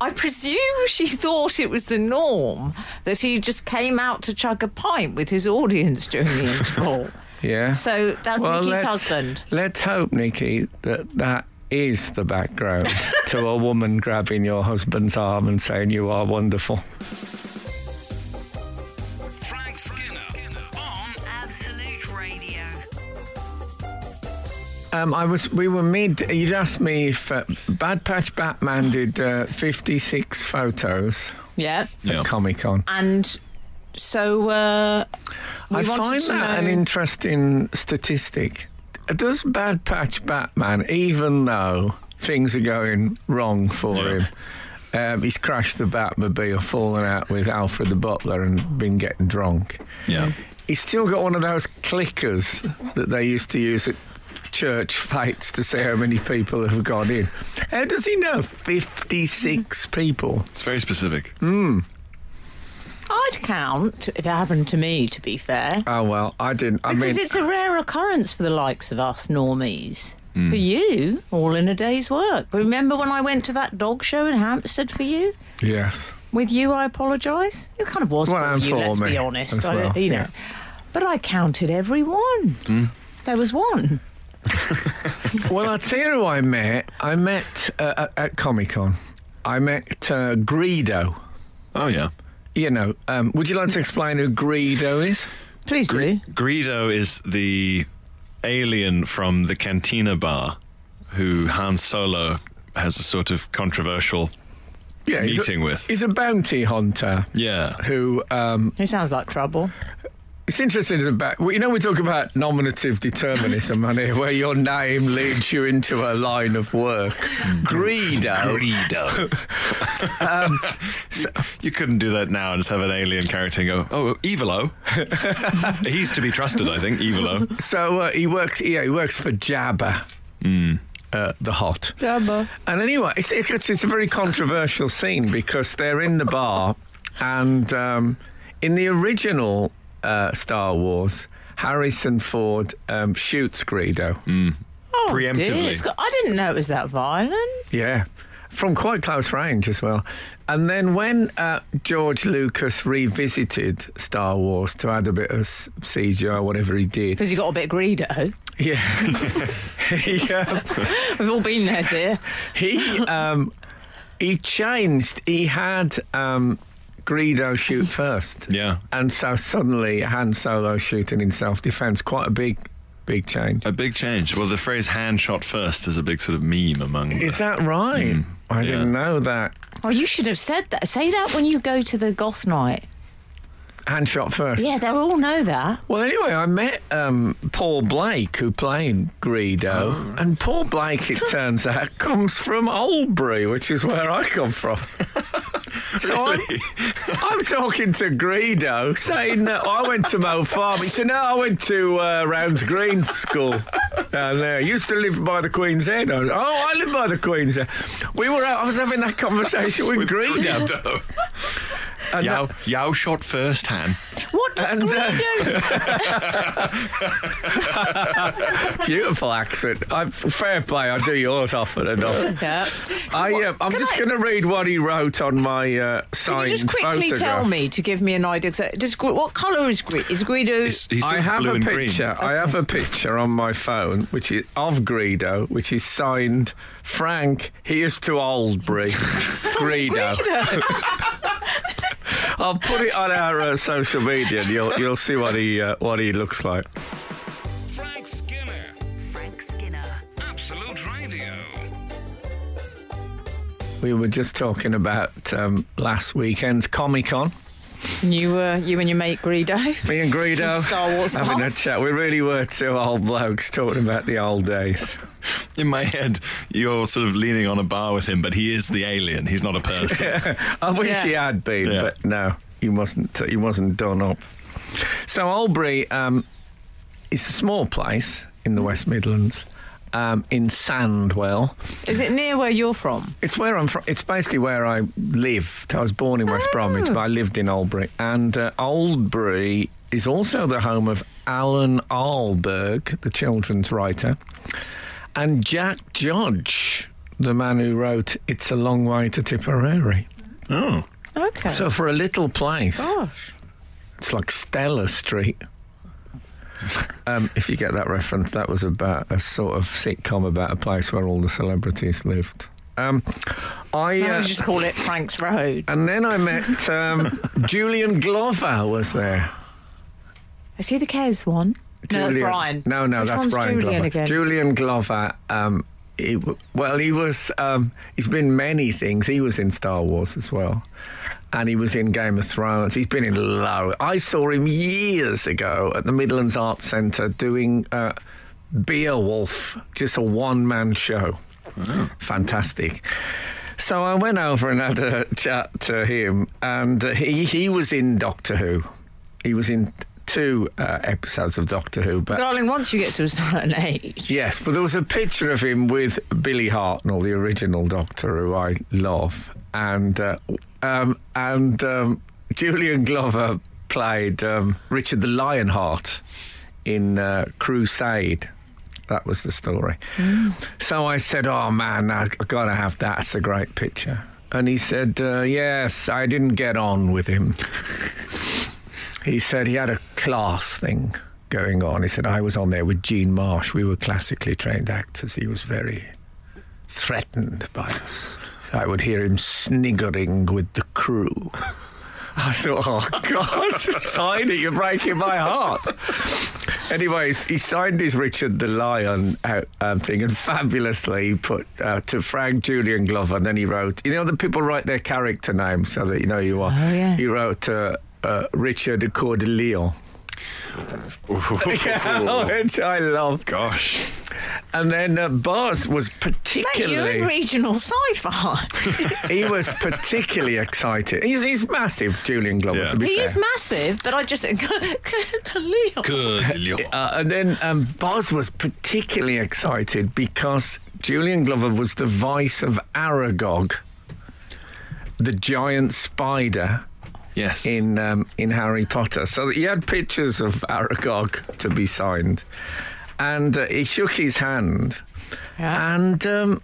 Speaker 5: I presume she thought it was the norm that he just came out to chug a pint with his audience during the interval.
Speaker 3: Yeah.
Speaker 5: So that's
Speaker 3: well,
Speaker 5: Nikki's
Speaker 3: let's,
Speaker 5: husband.
Speaker 3: Let's hope, Nikki, that that is the background to a woman grabbing your husband's arm and saying you are wonderful.
Speaker 1: Frank Skinner Oh, on
Speaker 2: Absolute Radio.
Speaker 3: Um, I was. We were mid. You'd asked me if uh, Bad Patch Batman did uh, 56 photos
Speaker 5: Yeah.
Speaker 4: Yeah.
Speaker 3: at Comic Con.
Speaker 5: And so uh, we
Speaker 3: I
Speaker 5: wanted
Speaker 3: find
Speaker 5: to
Speaker 3: that an
Speaker 5: know-
Speaker 3: interesting statistic. Does Bad Patch Batman, even though things are going wrong for
Speaker 4: Yeah.
Speaker 3: him, um, he's crashed the Batmobile, fallen out with Alfred the Butler, and been getting drunk.
Speaker 4: Yeah.
Speaker 3: He's still got one of those clickers that they used to use at church fights to say how many people have gone in. How does he know 56
Speaker 5: Mm.
Speaker 3: people?
Speaker 4: It's very specific.
Speaker 5: I'd count if it happened to me, to be fair.
Speaker 3: Oh, well, I didn't. I
Speaker 5: Because
Speaker 3: mean,
Speaker 5: it's a rare occurrence for the likes of us normies.
Speaker 3: Hmm.
Speaker 5: For you, all in a day's work. Remember when I went to that dog show in Hampstead for you?
Speaker 3: yes.
Speaker 5: With you, I apologise. It kind of was
Speaker 3: Well,
Speaker 5: for
Speaker 3: and
Speaker 5: you,
Speaker 3: for
Speaker 5: let's
Speaker 3: me
Speaker 5: be honest.
Speaker 3: as
Speaker 5: I don't-
Speaker 3: well,
Speaker 5: you know.
Speaker 3: yeah. Hmm.
Speaker 5: But I counted every one. There was one.
Speaker 3: Well, I'll tell you who I met. I met uh, at- at Comic Con. I met uh, Greedo.
Speaker 4: Oh yeah.
Speaker 3: You know, um, would you like to explain who Greedo is?
Speaker 5: Please do.
Speaker 4: Greedo is the alien from the Cantina bar who Han Solo has a sort of controversial.
Speaker 3: Yeah, he's a-
Speaker 4: Meeting with.
Speaker 3: He's a bounty hunter
Speaker 4: Yeah.
Speaker 3: who um,
Speaker 5: It sounds like trouble.
Speaker 3: it's interesting about. Well, you know, we talk about nominative determinism, and here, where your name leads you into a line of work.
Speaker 4: Mm.
Speaker 3: Greedo.
Speaker 4: Greedo.
Speaker 3: Um,
Speaker 4: you couldn't do that now and just have an alien character and go, oh, Evilo. He's to be trusted, I think, Evilo.
Speaker 3: So uh, he works. Yeah, he works for Jabba.
Speaker 4: Mm.
Speaker 3: Uh, the hot.
Speaker 5: Trouble.
Speaker 3: And anyway, it's, it's, it's a very controversial scene because they're in the bar, and um, in the original uh, Star Wars, Harrison Ford um, shoots Greedo.
Speaker 5: Oh,
Speaker 4: Preemptively.
Speaker 5: Dear. It's got- I didn't know it was that violent.
Speaker 3: Yeah, from quite close range as well. And then when uh, George Lucas revisited Star Wars to add a bit of s- CGI, or whatever he did,
Speaker 5: Because you got a bit greedo.
Speaker 3: yeah, he, um,
Speaker 5: We've all been there, dear.
Speaker 3: he um, he changed. He had um, Greedo shoot first.
Speaker 4: Yeah.
Speaker 3: And so suddenly Han Solo shooting in self-defense, quite a big, big change.
Speaker 4: A big change. Well, the phrase hand shot first is a big sort of meme among.
Speaker 3: Is that right? I didn't
Speaker 4: Mm. yeah.
Speaker 3: know that.
Speaker 5: Oh, you should have said that. Say that when you go to the goth night.
Speaker 3: Hand shot first.
Speaker 5: Yeah, they all know that.
Speaker 3: Well, anyway, I met um, Paul Blake, who played Greedo,
Speaker 4: Oh.
Speaker 3: and Paul Blake, it turns out, comes from Oldbury, which is where I come from. so I'm, I'm talking to Greedo, saying that I went to Mo Farm. He said, "No, I went to uh, Rounds Green School down there. I used to live by the Queen's Head." I was, oh, I live by the Queen's Head. We were out. I was having that conversation with, Greedo. Uh, And
Speaker 4: Yao, Yao shot first, Han.
Speaker 5: What does
Speaker 3: And, uh,
Speaker 5: Greedo?
Speaker 3: Beautiful accent. I, fair play. I do yours often enough.
Speaker 5: yeah.
Speaker 3: I, uh, I'm
Speaker 5: Can
Speaker 3: just
Speaker 5: I-
Speaker 3: going to read what he wrote on my uh,
Speaker 5: Can
Speaker 3: signed
Speaker 5: you just quickly
Speaker 3: photograph.
Speaker 5: tell me to give me an idea? So, Does, Gre- what colour is Greedo? Is Greedo?
Speaker 4: He's, he's sort
Speaker 3: I
Speaker 4: of
Speaker 3: have
Speaker 4: blue
Speaker 3: a
Speaker 4: and green.
Speaker 3: picture. I have a picture on my phone, which is of Greedo, which is signed Frank. He is to Oldbury. Greedo.
Speaker 5: Greedo.
Speaker 3: I'll put it on our uh, social media. And you'll you'll see what he uh, what he looks like.
Speaker 1: Frank Skinner.
Speaker 2: Frank Skinner.
Speaker 1: Absolute Radio.
Speaker 3: We were just talking about um, last weekend's Comic Con.
Speaker 5: you, uh, you and your mate Greedo.
Speaker 3: Me and Greedo
Speaker 5: Star Wars
Speaker 3: having
Speaker 5: mom.
Speaker 3: a chat. We really were two old blokes talking about the old days.
Speaker 4: In my head, you're sort of leaning on a bar with him, but he is the alien. He's not a person.
Speaker 3: I wish
Speaker 5: Yeah.
Speaker 3: he had been,
Speaker 4: Yeah.
Speaker 3: but no, he wasn't. He wasn't done up. So Albury, um, it's a small place in the West Midlands, um, in Sandwell.
Speaker 5: Is it near where you're from?
Speaker 3: It's where I'm from. It's basically where I lived. I was born in West Bromwich, but I lived in Albury. And uh, Oldbury is also the home of Alan Arlberg, the children's writer, and Jack Judge, the man who wrote It's a Long Way to Tipperary.
Speaker 4: Oh.
Speaker 5: Okay.
Speaker 3: So for a little place,
Speaker 5: Gosh.
Speaker 3: it's like Stella Street. Um, if you get that reference, that was about a sort of sitcom about a place where all the celebrities lived. Um, I
Speaker 5: Why don't
Speaker 3: uh,
Speaker 5: you just call it Frank's Road?
Speaker 3: and then I met um, Julian Glover was there.
Speaker 5: Is he the Kes one? No, that's
Speaker 3: Julian-
Speaker 5: Brian.
Speaker 3: No, no,
Speaker 5: Which
Speaker 3: that's
Speaker 5: one's
Speaker 3: Brian
Speaker 5: Julian
Speaker 3: Glover.
Speaker 5: Again?
Speaker 3: Julian Glover. Um, he, w- well, he was. Um, he's been many things. He was in Star Wars as well, and he was in Game of Thrones. He's been in low. I saw him years ago at the Midlands Arts Centre doing uh, Beowulf, just a one-man show. Fantastic. So I went over and had a chat to him, and uh, he he was in Doctor Who. He was in two uh, episodes of Doctor Who, but
Speaker 5: Darling, once you get to a certain age,
Speaker 3: Yes, but there was a picture of him with Billy Hartnell, the original Doctor, who I love, and uh, um, and um, Julian Glover played um, Richard the Lionheart in uh, Crusade. That was the story. So I said, "Oh man, I- I've got to have that. It's a great picture." And he said, uh, "Yes, I didn't get on with him." He said he had a class thing going on. He said I was on there with Gene Marsh. We were classically trained actors. He was very threatened by us. I would hear him sniggering with the crew. I thought, oh God, just sign it. You're breaking my heart. Anyways, he signed his Richard the Lion out, um, thing, and fabulously he put uh, to Frank Julian Glover. And then he wrote, you know, the people write their character name so that you know you are.
Speaker 5: Oh, yeah.
Speaker 3: He wrote uh, uh, Richard Coeur de Lion, which I love.
Speaker 4: Gosh.
Speaker 3: And then uh, Buzz was
Speaker 5: Mate, you're in
Speaker 3: particularly
Speaker 5: regional sci-fi.
Speaker 3: he was particularly excited. He's, he's massive, Julian Glover.
Speaker 4: Yeah.
Speaker 3: To be
Speaker 5: he
Speaker 3: fair.
Speaker 5: is massive, but I just to Leon.
Speaker 4: Good. lord.
Speaker 3: Uh, and then um, Buzz was particularly excited because Julian Glover was the vice of Aragog, the giant spider
Speaker 4: Yes.
Speaker 3: in um, in Harry Potter. So he had pictures of Aragog to be signed, and uh, he shook his hand.
Speaker 5: Yeah.
Speaker 3: And um,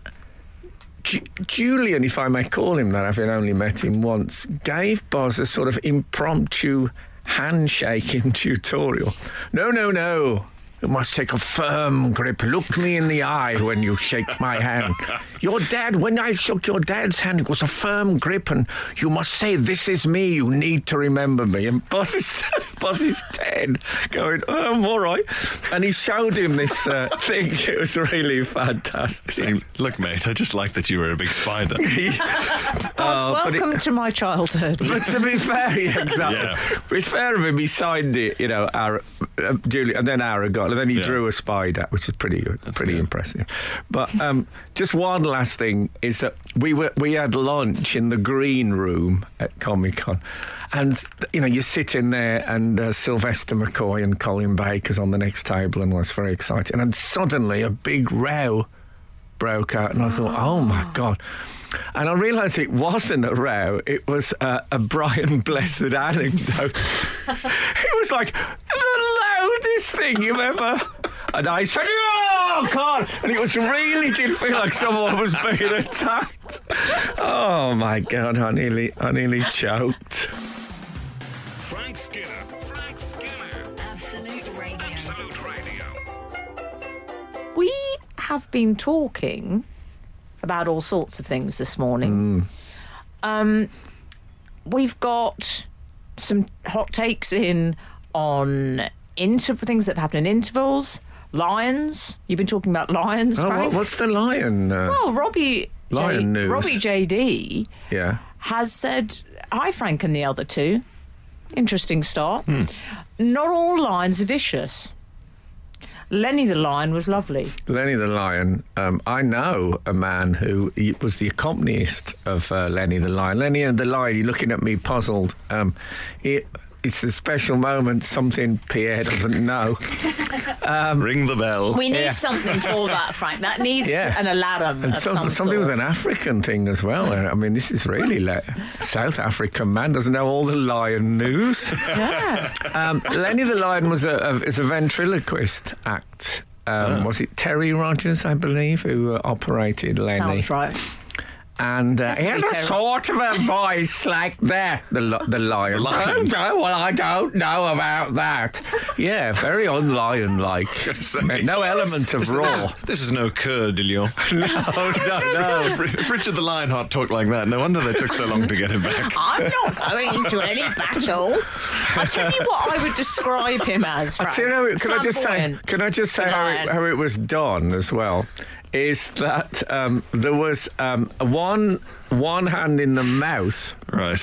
Speaker 3: Ju- Julian, if I may call him that, having only met him once, gave Buzz a sort of impromptu handshaking tutorial. No, no, no. You must take a firm grip. Look me in the eye when you shake my hand. Your dad, when I shook your dad's hand, it was a firm grip, and you must say, This is me. You need to remember me. And Buzz is, Buzz is 10, going, oh, I'm all right. And he showed him this uh, thing. It was really fantastic.
Speaker 4: Saying, Look, mate, I just like that you were a big spider.
Speaker 3: Oh, but it-
Speaker 5: Welcome to my childhood.
Speaker 3: But to be fair, yeah, exactly.
Speaker 4: Yeah.
Speaker 3: It's fair of him. He signed it, you know, Ara, uh, Julie, and then Aragon, and then he
Speaker 4: Yeah.
Speaker 3: drew a spider, which is pretty good, pretty impressive. But um, just one last thing is that we were we had lunch in the green room at Comic Con, and you know you're sitting there, and uh, Sylvester McCoy and Colin Baker's on the next table, and was very exciting, and suddenly a big row broke out, and I thought, oh my god. And I realised it wasn't a row; it was uh, a Brian Blessed anecdote. it was like the loudest thing you've ever. And I said, "Oh God!" And it was really did feel like someone was being attacked. Oh my God! I nearly, I nearly choked.
Speaker 1: Frank Skinner. Frank Skinner.
Speaker 6: Absolute Radio.
Speaker 1: Absolute Radio.
Speaker 5: We have been talking about all sorts of things this morning.
Speaker 3: Mm.
Speaker 5: Um, we've got some hot takes in on inter- things that have happened in intervals. Lions. You've been talking about lions,
Speaker 3: Oh,
Speaker 5: Frank.
Speaker 3: what, what's the lion? Uh,
Speaker 5: well, Robbie. J-
Speaker 3: Lion news.
Speaker 5: Robbie JD
Speaker 3: yeah.
Speaker 5: has said, "Hi, Frank and the other two. Interesting start.
Speaker 3: Hmm.
Speaker 5: Not all lions are vicious. Lenny the lion was lovely.
Speaker 3: Lenny the Lion. Um, I know a man who he was the accompanist of uh, Lenny the Lion. Lenny and the Lion. You're looking at me puzzled. Um, it, it's a special moment. Something Pierre doesn't know. Um,
Speaker 4: Ring the bell.
Speaker 5: We need
Speaker 3: Yeah.
Speaker 5: something for that, Frank. That needs
Speaker 3: Yeah.
Speaker 5: to, an alarm
Speaker 3: And
Speaker 5: of
Speaker 3: some,
Speaker 5: some
Speaker 3: something
Speaker 5: sort.
Speaker 3: with an African thing as well. I mean, this is really like South African man doesn't know all the lion news. Um, Lenny the Lion was a, a, is a ventriloquist act.
Speaker 5: Ah.
Speaker 3: Um, Was it Terry Rogers, I believe, who uh, operated Lenny?
Speaker 5: Sounds right.
Speaker 3: And uh, he had a
Speaker 5: Terry.
Speaker 3: sort of a voice like that, the, li- the lion.
Speaker 4: lion.
Speaker 3: Oh, no, well, I don't know about that. Yeah, very unlion like.
Speaker 4: gonna say.
Speaker 3: No element of
Speaker 4: This-
Speaker 3: raw. Oh,
Speaker 4: This is, this is no Coeur de Lion.
Speaker 3: no, no, no.
Speaker 4: If if Richard the Lionheart talked like that, no wonder they took so long to get him back.
Speaker 5: I'm not going into any battle. I tell you what, I would describe him as. Frank.
Speaker 3: Do you know, can I just say?
Speaker 5: Flamboyant.
Speaker 3: Can I just say how it,
Speaker 5: Lion.
Speaker 3: how it was done as well? Is that um, there was um, one one hand in the mouth,
Speaker 4: Right.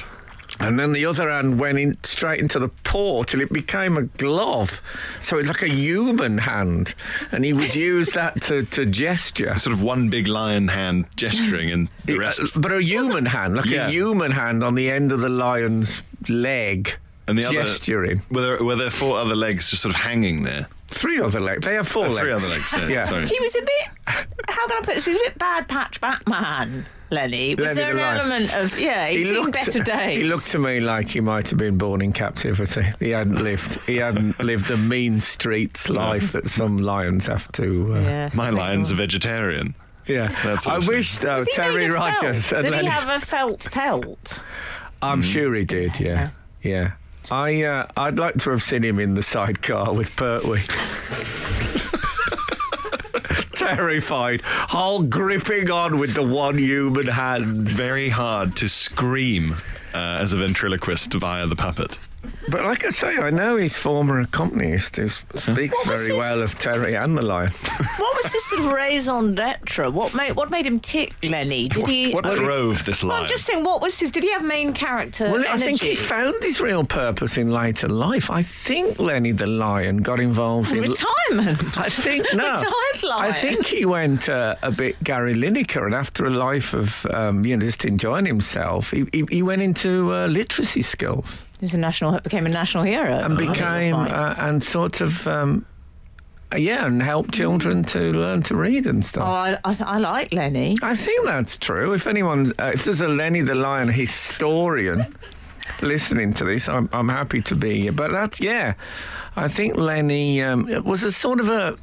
Speaker 3: and then the other hand went in straight into the paw till it became a glove. So it's like a human hand, and he would use that to, to gesture.
Speaker 4: Sort of one big lion hand gesturing and the rest.
Speaker 3: Uh, But a human hand, like
Speaker 4: Yeah.
Speaker 3: a human hand on the end of the lion's leg,
Speaker 4: And the
Speaker 3: gesturing.
Speaker 4: other. Were there, were there four other legs just sort of hanging there?
Speaker 3: Three other legs. They have four
Speaker 4: Oh,
Speaker 3: legs.
Speaker 4: Three other legs, yeah. Sorry.
Speaker 5: He was a bit. How can I put this? He was a bit bad patch Batman, Lenny.
Speaker 3: Lenny
Speaker 5: Was there an
Speaker 3: the Lion.
Speaker 5: element of yeah? He's seen better days.
Speaker 3: He looked to me like he might have been born in captivity. He hadn't lived. He hadn't lived the mean streets life that some lions have to. Uh, yeah.
Speaker 5: Yes.
Speaker 4: My lion's a vegetarian. That's
Speaker 3: I
Speaker 4: what I'm
Speaker 3: wish though
Speaker 5: Was he made
Speaker 3: Terry
Speaker 5: of felt?
Speaker 3: Rogers. and
Speaker 5: Did he
Speaker 3: Lenny-
Speaker 5: have a felt pelt?
Speaker 3: I'm sure he did. Yeah, yeah. I uh, I'd like to have seen him in the sidecar with Pertwee. Terrified, all gripping on with the one human hand.
Speaker 4: Very hard to scream uh, as a ventriloquist via the puppet.
Speaker 3: But like I say, I know his former accompanist who speaks
Speaker 5: What was
Speaker 3: very
Speaker 5: his- Uh,
Speaker 3: well of Terry and the Lion.
Speaker 5: What was his sort of raison d'etre? What made what made him tick, Lenny? Did he?
Speaker 4: what
Speaker 5: was-
Speaker 4: drove this
Speaker 5: Well,
Speaker 4: lion?
Speaker 5: I'm just saying, what was his? Did he have main character
Speaker 3: Well, I
Speaker 5: energy?
Speaker 3: think he found his real purpose in later life. I think Lenny the Lion got
Speaker 5: Oh,
Speaker 3: involved in.
Speaker 5: retirement.
Speaker 3: I think no.
Speaker 5: Retired lion.
Speaker 3: I think he went uh, a bit Gary Lineker, and after a life of um, you know just enjoying himself, he, he, he went into uh, literacy skills
Speaker 5: He was a national became a national hero Oh,
Speaker 3: and became
Speaker 5: Fine.
Speaker 3: uh, and sort of um, yeah, and helped children to learn to read and
Speaker 5: oh,
Speaker 3: stuff.
Speaker 5: I, I, I like Lenny.
Speaker 3: I think that's true. If anyone, uh, if there's a Lenny the Lion historian listening to this, I'm, I'm happy to be here. But that, yeah, I think Lenny um, it was a sort of a,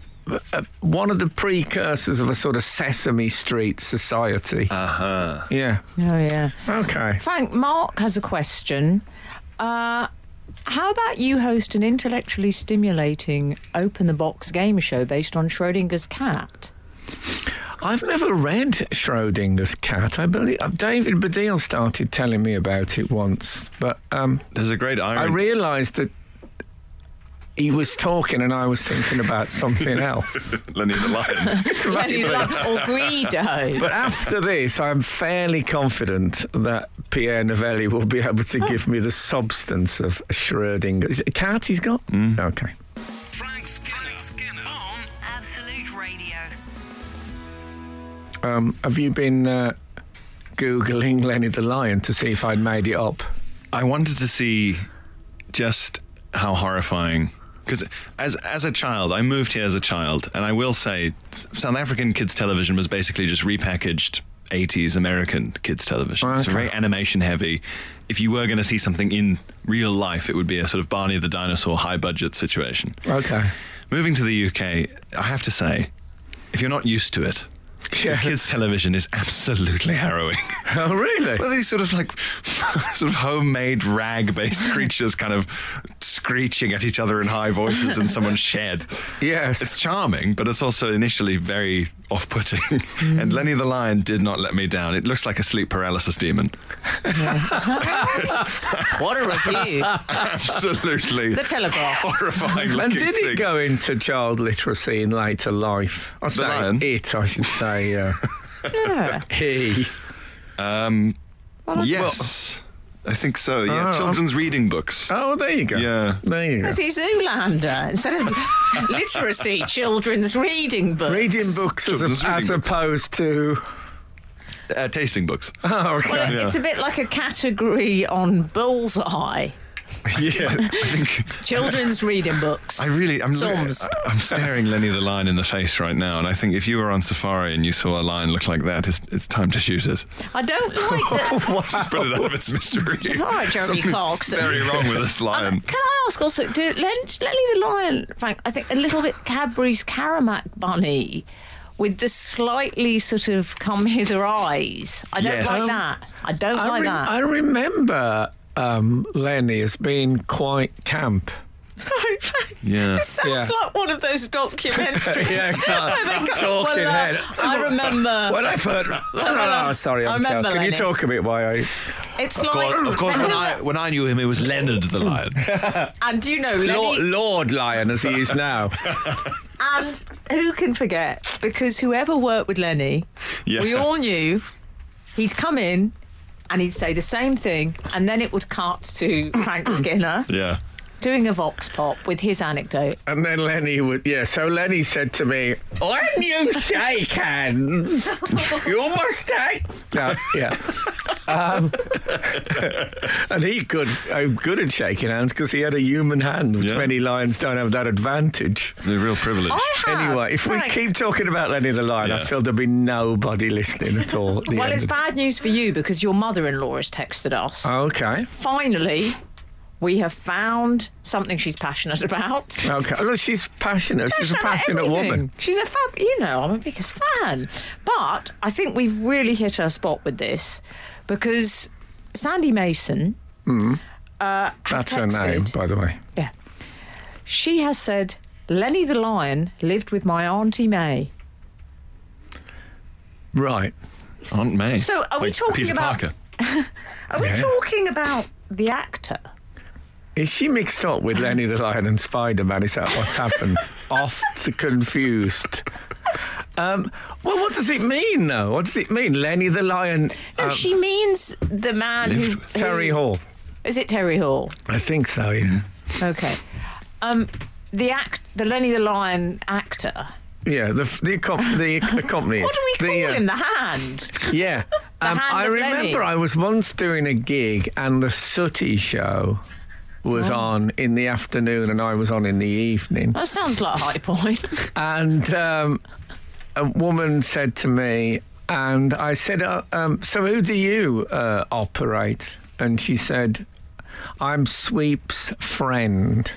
Speaker 3: a one of the precursors of a sort of Sesame Street society. Uh huh. Yeah.
Speaker 5: Oh yeah.
Speaker 3: Okay.
Speaker 5: Frank, Mark has a question. Uh, how about you host an intellectually stimulating open the box game show based on Schrodinger's cat?
Speaker 3: I've never read Schrodinger's cat. I believe uh, David Baddiel started telling me about it once, but um,
Speaker 4: There's a great
Speaker 3: I
Speaker 4: irony.
Speaker 3: realised that he was talking and I was thinking about something else.
Speaker 4: Lenny the lion.
Speaker 5: Lenny Lo- or Guido?
Speaker 3: But after this, I'm fairly confident that Pierre Novelli will be able to give me the substance of Schrödinger. Is it a cat he's got?
Speaker 4: Mm.
Speaker 3: Okay.
Speaker 1: Frank Skinner, on
Speaker 2: Absolute Radio.
Speaker 3: Um, have you been uh, Googling Lenny the Lion to see if I'd made it up?
Speaker 4: I wanted to see just how horrifying. Because as as a child, I moved here as a child, and I will say, S- South African kids television was basically just repackaged '80s American kids television. So
Speaker 3: Okay.
Speaker 4: very animation heavy. If you were going to see something in real life, it would be a sort of Barney the Dinosaur high budget situation.
Speaker 3: Okay.
Speaker 4: Moving to the UK, I have to say, if you're not used to it,
Speaker 3: Yeah.
Speaker 4: kids television is absolutely harrowing.
Speaker 3: Oh, really?
Speaker 4: Well, these sort of like sort of homemade rag-based creatures kind of screeching at each other in high voices in someone's shed. It's
Speaker 3: Yes.
Speaker 4: charming, but it's also initially very off-putting.
Speaker 3: Hmm.
Speaker 4: And Lenny the Lion did not let me down. It looks like a sleep paralysis demon.
Speaker 5: What a review!
Speaker 4: Absolutely
Speaker 5: the Telegraph.
Speaker 4: horrifying.
Speaker 3: And
Speaker 4: looking
Speaker 3: did
Speaker 4: thing.
Speaker 3: it go into child literacy in later life? I say
Speaker 4: lion?
Speaker 3: it, I should say uh,
Speaker 5: Yeah.
Speaker 3: he.
Speaker 4: Yes, I think so. Yeah,
Speaker 3: Oh,
Speaker 4: children's reading books.
Speaker 3: Oh, there you go.
Speaker 4: Yeah.
Speaker 3: There you go.
Speaker 5: I see Zoolander instead of literacy, children's reading books.
Speaker 3: Reading books as,
Speaker 4: Children's
Speaker 3: a,
Speaker 4: reading
Speaker 3: as
Speaker 4: books.
Speaker 3: opposed to.
Speaker 4: Uh, tasting books.
Speaker 3: Oh, okay.
Speaker 5: Well,
Speaker 4: Yeah.
Speaker 5: it's a bit like a category on Bullseye.
Speaker 4: yeah, I think
Speaker 5: Children's reading books.
Speaker 4: I really, I'm,
Speaker 5: Psalms.
Speaker 4: I- I'm staring Lenny the lion in the face right now, and I think if you were on safari and you saw a lion look like that, it's, it's time to shoot it.
Speaker 5: I don't like that.
Speaker 4: Put it out of its misery.
Speaker 5: All right, Jeremy
Speaker 4: Something
Speaker 5: Clarkson.
Speaker 4: Very wrong with this
Speaker 5: Um,
Speaker 4: lion.
Speaker 5: Can I ask also, did Lenny the Lion, Frank, I think a little bit Cadbury's Caramac Bunny with the slightly sort of come hither eyes. I don't
Speaker 4: Yes.
Speaker 5: like
Speaker 4: Um,
Speaker 5: that. I don't
Speaker 3: I,
Speaker 5: like
Speaker 3: re-
Speaker 5: that.
Speaker 3: I remember um, Lenny as being quite camp.
Speaker 5: Sorry, Frank.
Speaker 4: Yeah.
Speaker 5: This sounds
Speaker 3: Yeah.
Speaker 5: like one of those documentaries.
Speaker 3: Yeah, can't- talking
Speaker 5: well, uh,
Speaker 3: head.
Speaker 5: I remember.
Speaker 3: Well, I've heard.
Speaker 5: well,
Speaker 3: Oh, sorry,
Speaker 5: I
Speaker 3: I'm
Speaker 5: remember
Speaker 3: sorry. Can you
Speaker 5: Lenny.
Speaker 3: talk a bit why I.
Speaker 5: it's
Speaker 4: Of
Speaker 5: like.
Speaker 4: course, of course
Speaker 5: and,
Speaker 4: when,
Speaker 5: who-
Speaker 4: I, when I knew him, it was Leonard the lion.
Speaker 5: and you know,
Speaker 3: Lord,
Speaker 5: Lenny,
Speaker 3: Lord Lion as he is now.
Speaker 5: and who can forget? Because whoever worked with Lenny,
Speaker 4: Yeah.
Speaker 5: we all knew he'd come in and he'd say the same thing, and then it would cut to Frank Skinner
Speaker 4: yeah.
Speaker 5: doing a vox pop with his anecdote.
Speaker 3: and then Lenny would. Yeah, so Lenny said to me, When you shake hands, you must take. No, yeah. Um, and he could. I'm good at shaking hands because he had a human hand, which
Speaker 4: Yeah.
Speaker 3: many lions don't have that advantage.
Speaker 4: The real privilege.
Speaker 5: I have.
Speaker 3: Anyway, if
Speaker 5: Frank,
Speaker 3: we keep talking about Lenny the Lion, I
Speaker 4: Yeah.
Speaker 3: feel there'll be nobody listening at all. at the
Speaker 5: Well,
Speaker 3: end Uh,
Speaker 5: it's
Speaker 3: of-
Speaker 5: bad news for you because your mother in law has texted us.
Speaker 3: Okay.
Speaker 5: Finally, we have found something she's passionate about.
Speaker 3: Okay. Look, she's passionate. She's a
Speaker 5: Passionate
Speaker 3: passionate
Speaker 5: about
Speaker 3: woman.
Speaker 5: everything. She's a fab. You know, I'm a biggest fan. But I think we've really hit her spot with this because Sandy Mason. Uh, has
Speaker 3: Hmm. That's her
Speaker 5: texted-
Speaker 3: name, by the way.
Speaker 5: Yeah. She has said Lenny the Lion lived with my auntie May.
Speaker 3: Right.
Speaker 4: Aunt May.
Speaker 5: So are we
Speaker 4: Like
Speaker 5: talking
Speaker 4: Peter
Speaker 5: about?
Speaker 4: Parker.
Speaker 5: Are we
Speaker 3: Yeah.
Speaker 5: talking about the actor?
Speaker 3: Is she mixed up with Lenny the Lion and Spider Man? Is that what's happened? Off to confused. Um, well, what does it mean, though? What does it mean? Lenny the Lion, um,
Speaker 5: No, she means the man who, who.
Speaker 3: Terry Hall.
Speaker 5: Is it Terry Hall?
Speaker 3: I think so, yeah.
Speaker 5: Okay. Um, the act, the Lenny the Lion actor.
Speaker 3: Yeah, the, f- the, accom- the accompanist.
Speaker 5: What do we call
Speaker 3: the, uh,
Speaker 5: him? The hand.
Speaker 3: Yeah. Um,
Speaker 5: hand
Speaker 3: I
Speaker 5: of
Speaker 3: remember
Speaker 5: Lenny.
Speaker 3: I was once doing a gig and the Sooty Show was
Speaker 5: Oh.
Speaker 3: on in the afternoon and I was on in the evening.
Speaker 5: That sounds like a high point.
Speaker 3: And um, a woman said to me, and I said, uh, um, So who do you uh, operate? And she said, I'm Sweep's friend.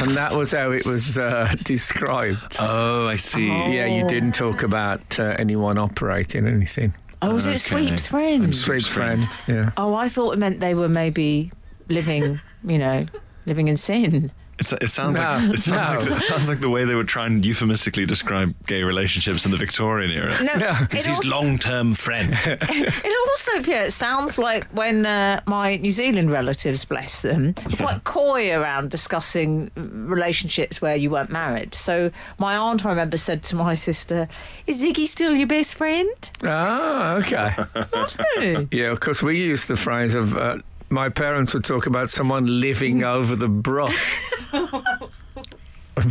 Speaker 3: and that was how it was uh, described.
Speaker 4: Oh, I see.
Speaker 3: Yeah, you didn't talk about uh, anyone operating anything.
Speaker 5: Oh, is
Speaker 4: Okay.
Speaker 5: it Sweep's friend?
Speaker 3: Sweep's friend, yeah.
Speaker 5: oh, I thought it meant they were maybe living, you know, living in sin.
Speaker 4: It's, it sounds
Speaker 3: No,
Speaker 4: like it sounds,
Speaker 3: no.
Speaker 4: like it sounds like the way they would try and euphemistically describe gay relationships in the Victorian era.
Speaker 5: No,
Speaker 4: He's his
Speaker 5: it, also,
Speaker 4: long-term friend.
Speaker 5: it also, yeah, it sounds like when uh, my New Zealand relatives, bless them, were quite coy around discussing mm, relationships where you weren't married. So my aunt, I remember, said to my sister, "Is Ziggy still your best friend?"
Speaker 3: Oh, okay.
Speaker 5: No.
Speaker 3: yeah, of course, we use the phrase of uh, my parents would talk about someone living over the brush.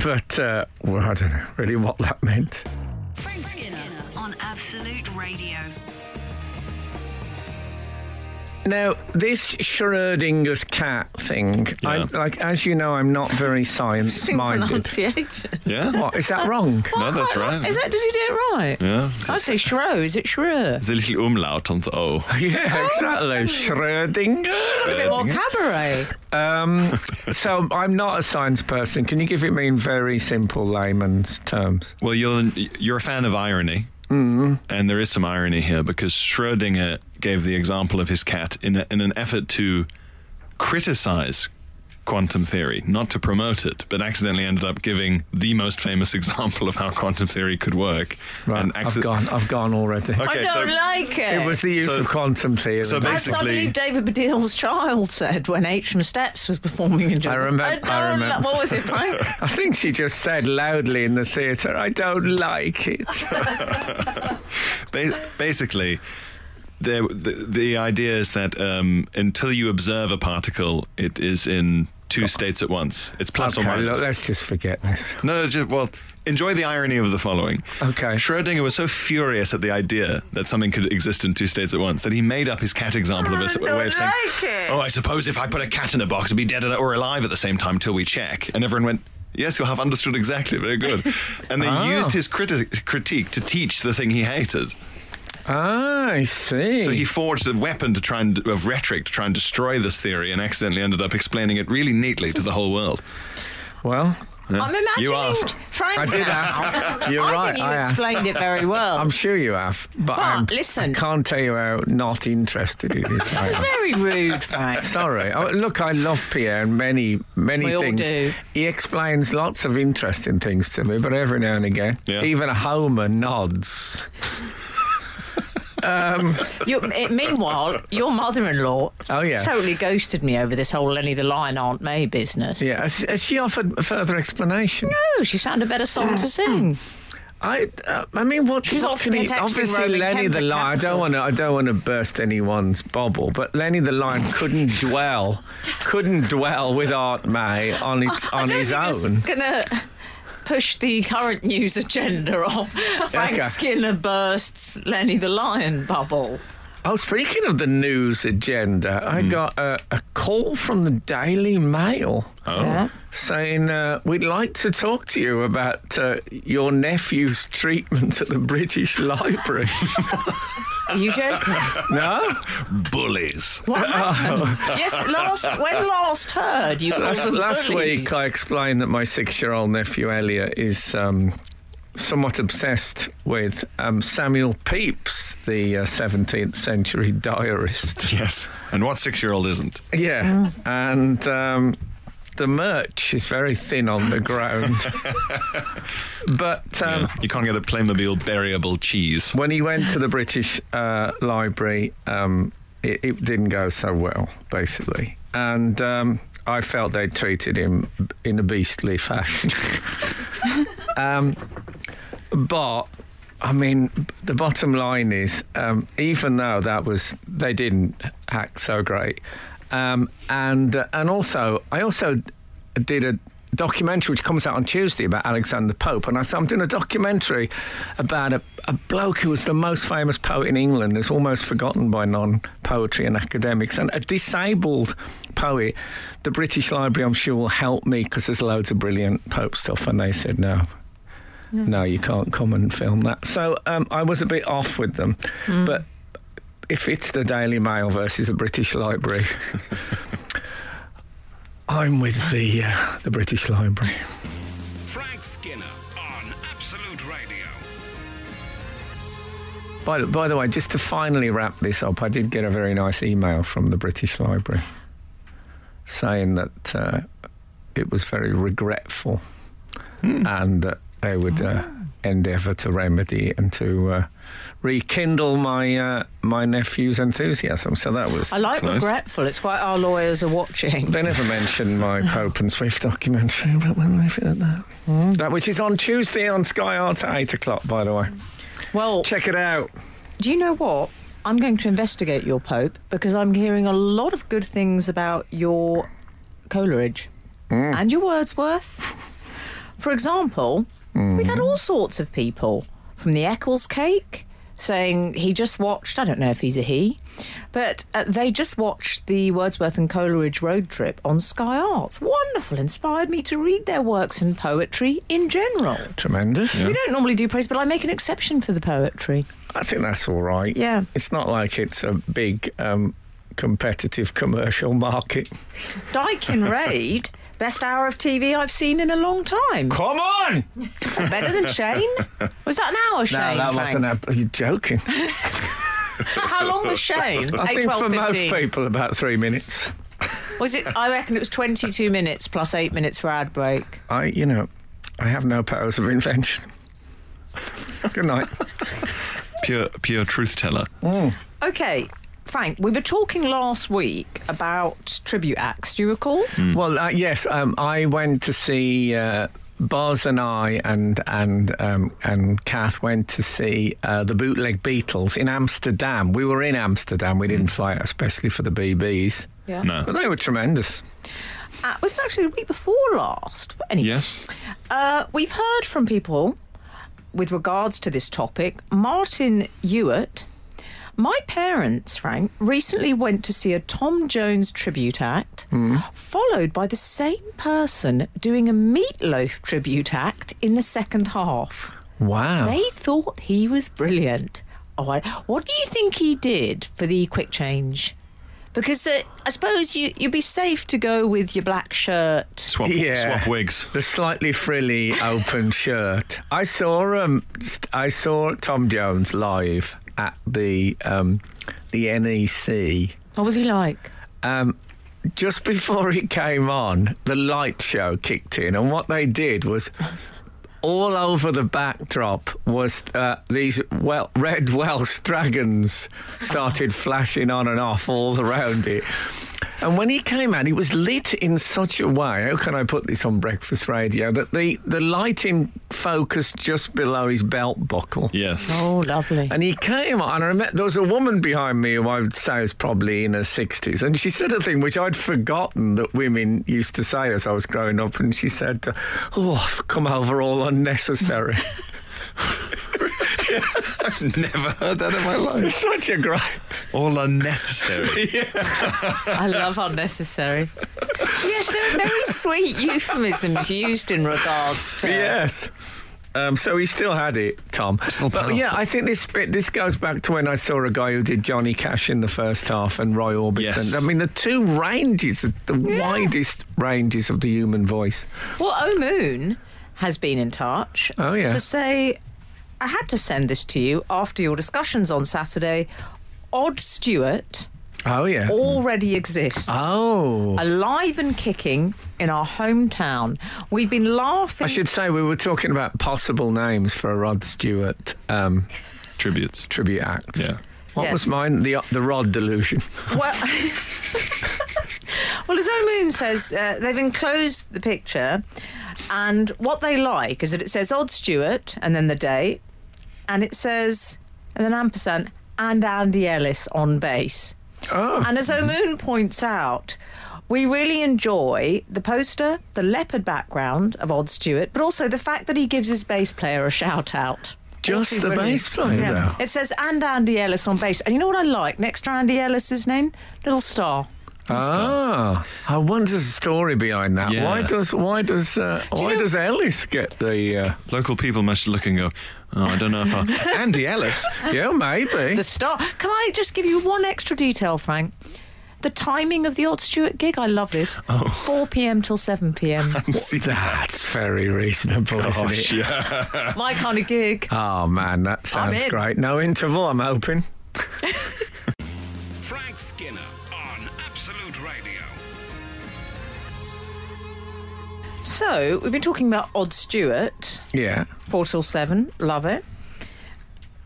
Speaker 3: but, uh, well, I don't know really what that meant.
Speaker 2: Frank Skinner on Absolute Radio.
Speaker 3: Now, this Schrodinger's cat thing, I'm, like, as you know, I'm not very science
Speaker 5: Interesting
Speaker 3: minded.
Speaker 5: pronunciation.
Speaker 4: Yeah.
Speaker 3: What, is that wrong?
Speaker 4: No, that's right.
Speaker 5: Is that? Did you do it right?
Speaker 4: Yeah.
Speaker 5: I say Shro. Is it Shro?
Speaker 4: There's a little umlaut on the oh. O.
Speaker 3: yeah, exactly. Schrödinger.
Speaker 5: A bit more cabaret.
Speaker 3: Um, so I'm not a science person. Can you give it me in very simple layman's terms?
Speaker 4: Well, you're you're a fan of irony,
Speaker 5: Mm-hmm.
Speaker 4: and there is some irony here because Schrödinger gave the example of his cat in a, in an effort to criticize quantum theory, not to promote it, but accidentally ended up giving the most famous example of how quantum theory could work.
Speaker 3: Right,
Speaker 4: and acci-
Speaker 3: I've gone. I've gone already.
Speaker 4: Okay,
Speaker 5: I don't
Speaker 4: so-
Speaker 5: like it.
Speaker 3: It was the use
Speaker 4: So-
Speaker 3: of quantum theory.
Speaker 4: so
Speaker 3: that-
Speaker 5: As I
Speaker 4: Basically-
Speaker 5: believe David Baddiel's child said when H and Steps was performing in Jersey.
Speaker 3: remem-
Speaker 5: don't
Speaker 3: I remem-
Speaker 5: like- What was it, Frank?
Speaker 3: I think she just said loudly in the theatre, "I don't like it."
Speaker 4: Ba- basically, the, the the idea is that um, until you observe a particle, it is in two states at once. It's plus or
Speaker 3: Oh. okay,
Speaker 4: minus.
Speaker 3: look, let's just forget this.
Speaker 4: No, no, just, well, enjoy the irony of the following.
Speaker 3: Okay.
Speaker 4: Schrödinger was so furious at the idea that something could exist in two states at once that he made up his cat example of a, s- a way of saying, Oh, I suppose if I put a cat in a box, it'd be dead or alive at the same time till we check. And everyone went, Yes, you have understood exactly. Very good. And they
Speaker 3: Ah.
Speaker 4: used his criti- critique to teach the thing he hated.
Speaker 3: Ah, I see.
Speaker 4: So he forged a weapon to try and of rhetoric to try and destroy this theory, and accidentally ended up explaining it really neatly to the whole world.
Speaker 3: well,
Speaker 4: Yeah?
Speaker 5: I'm imagining
Speaker 4: You asked.
Speaker 5: Frank.
Speaker 3: I did
Speaker 5: now.
Speaker 3: ask. You're
Speaker 5: I
Speaker 3: right.
Speaker 5: think you
Speaker 3: I asked.
Speaker 5: explained it very well.
Speaker 3: I'm sure you have, but,
Speaker 5: But,
Speaker 3: I'm,
Speaker 5: listen.
Speaker 3: I can't tell you how not interested it is. I am.
Speaker 5: very rude, Frank.
Speaker 3: Sorry. Oh, look, I love Pierre and many, many
Speaker 5: We all
Speaker 3: things.
Speaker 5: do.
Speaker 3: He explains lots of interesting things to me, but every now and again,
Speaker 4: Yeah.
Speaker 3: even Homer nods.
Speaker 5: You, it, eh, meanwhile, your mother-in-law
Speaker 3: Oh, yeah.
Speaker 5: totally ghosted me over this whole Lenny the Lion Aunt May business.
Speaker 3: Yeah. Has, has she offered further explanation?
Speaker 5: No, she's found a better song
Speaker 3: Mm.
Speaker 5: to sing.
Speaker 3: I, uh, I mean, what?
Speaker 5: She's
Speaker 3: what
Speaker 5: often
Speaker 3: can he,
Speaker 5: texting
Speaker 3: obviously,
Speaker 5: Roman
Speaker 3: Lenny the
Speaker 5: Kemp at
Speaker 3: Lion. I don't
Speaker 5: Capital.
Speaker 3: want to. I don't want to burst anyone's bubble, but Lenny the Lion couldn't dwell, couldn't dwell with Aunt May on its
Speaker 5: I
Speaker 3: on
Speaker 5: don't
Speaker 3: his
Speaker 5: think it's
Speaker 3: own.
Speaker 5: gonna push the current news agenda of Frank
Speaker 3: Okay.
Speaker 5: Skinner bursts Lenny the Lion bubble.
Speaker 3: Oh, speaking of the news agenda, I got a, a call from the Daily Mail.
Speaker 4: Oh.
Speaker 5: Yeah.
Speaker 3: saying uh, we'd like to talk to you about uh, your nephew's treatment at the British Library.
Speaker 5: Are you joking?
Speaker 3: no,
Speaker 4: Bullies.
Speaker 5: What happened? yes, last when last heard you called
Speaker 3: last,
Speaker 5: them
Speaker 3: last
Speaker 5: bullies.
Speaker 3: week I explained that my six-year-old nephew Elliot is um, somewhat obsessed with um, Samuel Pepys, the uh, 17th century diarist.
Speaker 4: Yes. And what six year old isn't?
Speaker 3: Yeah, and um, the merch is very thin on the ground. but um,
Speaker 4: Yeah. You can't get a Playmobil buriable cheese.
Speaker 3: when he went to the British uh, Library, um, it, it didn't go so well, basically. And um, I felt they treated him in a beastly fashion. um, but. I mean, the bottom line is, um, even though that was, they didn't act so great, um, and uh, and also, I also did a documentary which comes out on Tuesday about Alexander Pope, and I thought I'm doing a documentary about a, a bloke who was the most famous poet in England, that's almost forgotten by non-poetry and academics, and a disabled poet. The British Library, I'm sure, will help me because there's loads of brilliant Pope stuff, and they said no. No, you can't come and film that. So um, I was a bit off with them, but if it's the Daily Mail versus the British Library, I'm with the uh, the British Library.
Speaker 1: Frank Skinner on Absolute Radio.
Speaker 3: By, by the way, just to finally wrap this up, I did get a very nice email from the British Library saying that uh, it was very regretful
Speaker 5: Hmm.
Speaker 3: and that they would
Speaker 5: Ah.
Speaker 3: uh, endeavour to remedy and to uh, rekindle my uh, my nephew's enthusiasm. So that was.
Speaker 5: I like
Speaker 4: That's nice.
Speaker 5: regretful. It's quite our lawyers are watching.
Speaker 3: They never mentioned my Pope and Swift documentary, but we'll leave it at that.
Speaker 5: Hmm.
Speaker 3: That which is on Tuesday on Sky Art at eight o'clock. By the way,
Speaker 5: Well,
Speaker 3: check it out.
Speaker 5: do you know what? I'm going to investigate your Pope because I'm hearing a lot of good things about your Coleridge and your Wordsworth. For example, we've had all sorts of people from the Eccles cake saying he just watched, I don't know if he's a he, but uh, they just watched the Wordsworth and Coleridge road trip on Sky Arts. Wonderful, inspired me to read their works and poetry in general.
Speaker 3: Tremendous.
Speaker 5: We don't normally do praise, but I make an exception for the poetry.
Speaker 3: I think that's all right.
Speaker 5: Yeah.
Speaker 3: It's not like it's a big um, competitive commercial market.
Speaker 5: Dykin Raid, best hour of TV I've seen in a long time.
Speaker 3: Come on!
Speaker 5: Better than Shane. Was that an hour, Shane?
Speaker 3: no, that
Speaker 5: Frank?
Speaker 3: wasn't a. You're joking.
Speaker 5: How long was Shane?
Speaker 3: I
Speaker 5: 8,
Speaker 3: think
Speaker 5: 12,
Speaker 3: for most
Speaker 5: 15.
Speaker 3: people, about three minutes.
Speaker 5: Was it? I reckon it was 22 minutes plus eight minutes for ad break.
Speaker 3: I, you know, I have no powers of invention. Good night.
Speaker 4: Pure, pure truth teller.
Speaker 5: Okay. Frank, we were talking last week about tribute acts. Do you recall?
Speaker 4: Hmm.
Speaker 3: Well, uh, yes, um, I went to see uh, Buzz and I and and um, and Kath went to see uh, the Bootleg Beatles in Amsterdam. We were in Amsterdam. We didn't fly out especially for the BBs,
Speaker 5: Yeah.
Speaker 4: No.
Speaker 3: but they were tremendous.
Speaker 5: Uh, was it actually the week before last? But anyway,
Speaker 4: Yes.
Speaker 5: Uh, we've heard from people with regards to this topic. Martin Ewart. My parents, Frank, recently went to see a Tom Jones tribute act, followed by the same person doing a meatloaf tribute act in the second half.
Speaker 3: Wow.
Speaker 5: They thought he was brilliant. Oh, I, what do you think he did for the quick change? Because uh, I suppose you, you'd be safe to go with your black shirt.
Speaker 4: Swap, swap wigs.
Speaker 3: The slightly frilly open shirt. I saw um, st- I saw Tom Jones live at the um, the E NEC.
Speaker 5: What was he like?
Speaker 3: Um, just before it came on, the light show kicked in, and what they did was. All over the backdrop was uh, these well, red Welsh dragons started flashing on and off all around it. And when he came out, it was lit in such a way. How can I put this on breakfast radio? That the, the lighting focused just below his belt buckle.
Speaker 4: Yes.
Speaker 5: Oh, lovely.
Speaker 3: And he came on. I remember there was a woman behind me who I would say was probably in her 60s. And she said a thing which I'd forgotten that women used to say as I was growing up. And she said, Oh, I've come over all unnecessary.
Speaker 4: Never heard that in my life.
Speaker 3: it's such a great.
Speaker 4: All unnecessary.
Speaker 5: I love unnecessary. yes, there are very sweet euphemisms used in regards to.
Speaker 3: Yes. Um, so he still had it, Tom.
Speaker 4: Still
Speaker 3: but yeah,
Speaker 4: powerful.
Speaker 3: I think this bit, this goes back to when I saw a guy who did Johnny Cash in the first half and Roy Orbison.
Speaker 4: Yes.
Speaker 3: I mean, the two ranges, the, the widest ranges of the human voice.
Speaker 5: Well, O Moon has been in touch.
Speaker 3: Oh, yeah.
Speaker 5: To say, I had to send this to you after your discussions on Saturday. Odd Stewart
Speaker 3: Oh, yeah.
Speaker 5: already exists.
Speaker 3: Oh.
Speaker 5: Alive and kicking in our hometown. We've been laughing.
Speaker 3: I should say we were talking about possible names for a Rod Stewart um,
Speaker 4: Tributes.
Speaker 3: tribute act.
Speaker 4: Yeah.
Speaker 3: What
Speaker 5: Yes.
Speaker 3: was mine? The the Rod delusion.
Speaker 5: Well, well as O Moon says, uh, they've enclosed the picture, and what they like is that it says Odd Stewart and then the date, and it says, and then ampersand, and Andy Ellis on bass.
Speaker 3: Oh.
Speaker 5: And as O'Moon points out, we really enjoy the poster, the leopard background of Odd Stewart, but also the fact that he gives his bass player a shout out.
Speaker 3: Just
Speaker 5: Also
Speaker 3: the
Speaker 5: brilliant.
Speaker 3: bass player, though.
Speaker 5: It says, and Andy Ellis on bass. And you know what I like next to Andy Ellis's name? Little star.
Speaker 3: Ah, I wonder the story behind that.
Speaker 4: Yeah.
Speaker 3: Why does why does uh, why
Speaker 5: know-
Speaker 3: does Ellis get the? Uh,
Speaker 4: Local people must look and go, oh, I don't know if I. Andy Ellis.
Speaker 3: yeah, maybe.
Speaker 5: The star. Can I just give you one extra detail, Frank? The timing of the Odd Stewart gig, I love this.
Speaker 3: Oh.
Speaker 5: 4 p.m. till 7 p.m.
Speaker 4: See
Speaker 3: That's very reasonable,
Speaker 4: Gosh,
Speaker 3: isn't it?
Speaker 4: yeah.
Speaker 5: My kind of gig.
Speaker 3: Oh man, that sounds
Speaker 5: in.
Speaker 3: great. No interval. I'm hoping.
Speaker 1: Frank Skinner on Absolute Radio.
Speaker 5: So, we've been talking about Odd Stewart.
Speaker 3: Yeah.
Speaker 5: Four till seven, love it.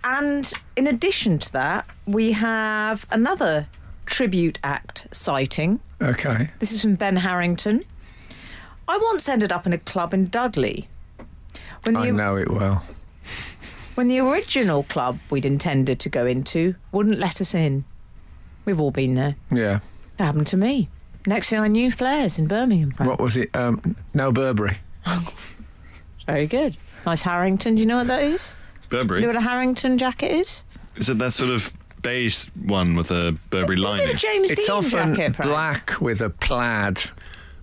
Speaker 5: And in addition to that, we have another tribute act sighting.
Speaker 3: Okay.
Speaker 5: This is from Ben Harrington. I once ended up in a club in Dudley. When the,
Speaker 3: I know it well.
Speaker 5: when the original club we'd intended to go into wouldn't let us in. We've all been there.
Speaker 3: Yeah.
Speaker 5: It happened to me. Next thing I knew, flares in Birmingham. Frank.
Speaker 3: What was it? Um, no Burberry.
Speaker 5: Very good. Nice Harrington. Do you know what that is? Do you know
Speaker 4: Burberry.
Speaker 5: what a Harrington jacket is?
Speaker 4: Is it that sort of beige one with a Burberry
Speaker 5: Maybe the
Speaker 4: lining?
Speaker 5: James
Speaker 3: It's
Speaker 5: Dean
Speaker 3: often
Speaker 5: jacket, Frank.
Speaker 3: black with a plaid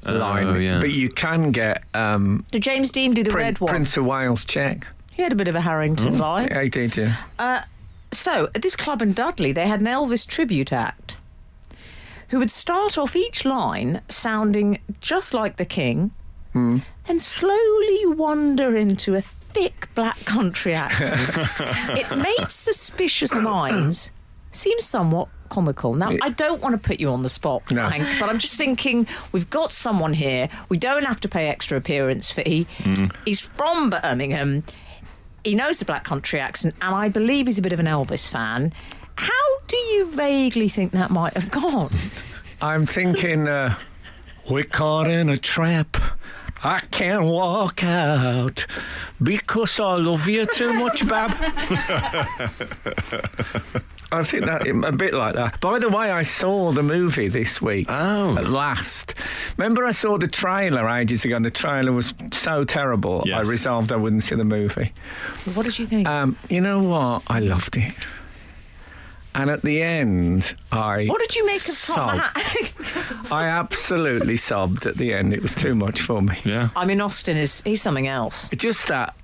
Speaker 3: line,
Speaker 4: yeah.
Speaker 3: but you can get um,
Speaker 5: Did James Dean do the
Speaker 3: Prin-
Speaker 5: red one?
Speaker 3: Prince of Wales check.
Speaker 5: He had a bit of a Harrington vibe.
Speaker 3: I did, Mm. yeah.
Speaker 5: So, at this club in Dudley, they had an Elvis tribute act who would start off each line sounding just like the king, then slowly wander into a thick black country accent. it made suspicious minds seem somewhat comical. Now, I don't want to put you on the spot,
Speaker 3: No.
Speaker 5: Frank, but I'm just thinking we've got someone here. We don't have to pay extra appearance fee. He's from Birmingham. He knows the black country accent, and I believe he's a bit of an Elvis fan. How do you vaguely think that might have gone?
Speaker 3: I'm thinking uh, we're caught in a trap. I can't walk out because I love you too much, Bab. I think that a bit like that. By the way, I saw the movie this week.
Speaker 4: Oh.
Speaker 3: at last. Remember, I saw the trailer ages ago, and the trailer was so terrible.
Speaker 4: Yes.
Speaker 3: I resolved I wouldn't see the movie.
Speaker 5: What did you think?
Speaker 3: Um, you know what? I loved it. And at the end, I
Speaker 5: what did you make of Tom
Speaker 3: sobbed.
Speaker 5: Hanks?
Speaker 3: I absolutely sobbed at the end. It was too much for me.
Speaker 4: Yeah.
Speaker 5: I mean, Austin is he's something else.
Speaker 3: Just that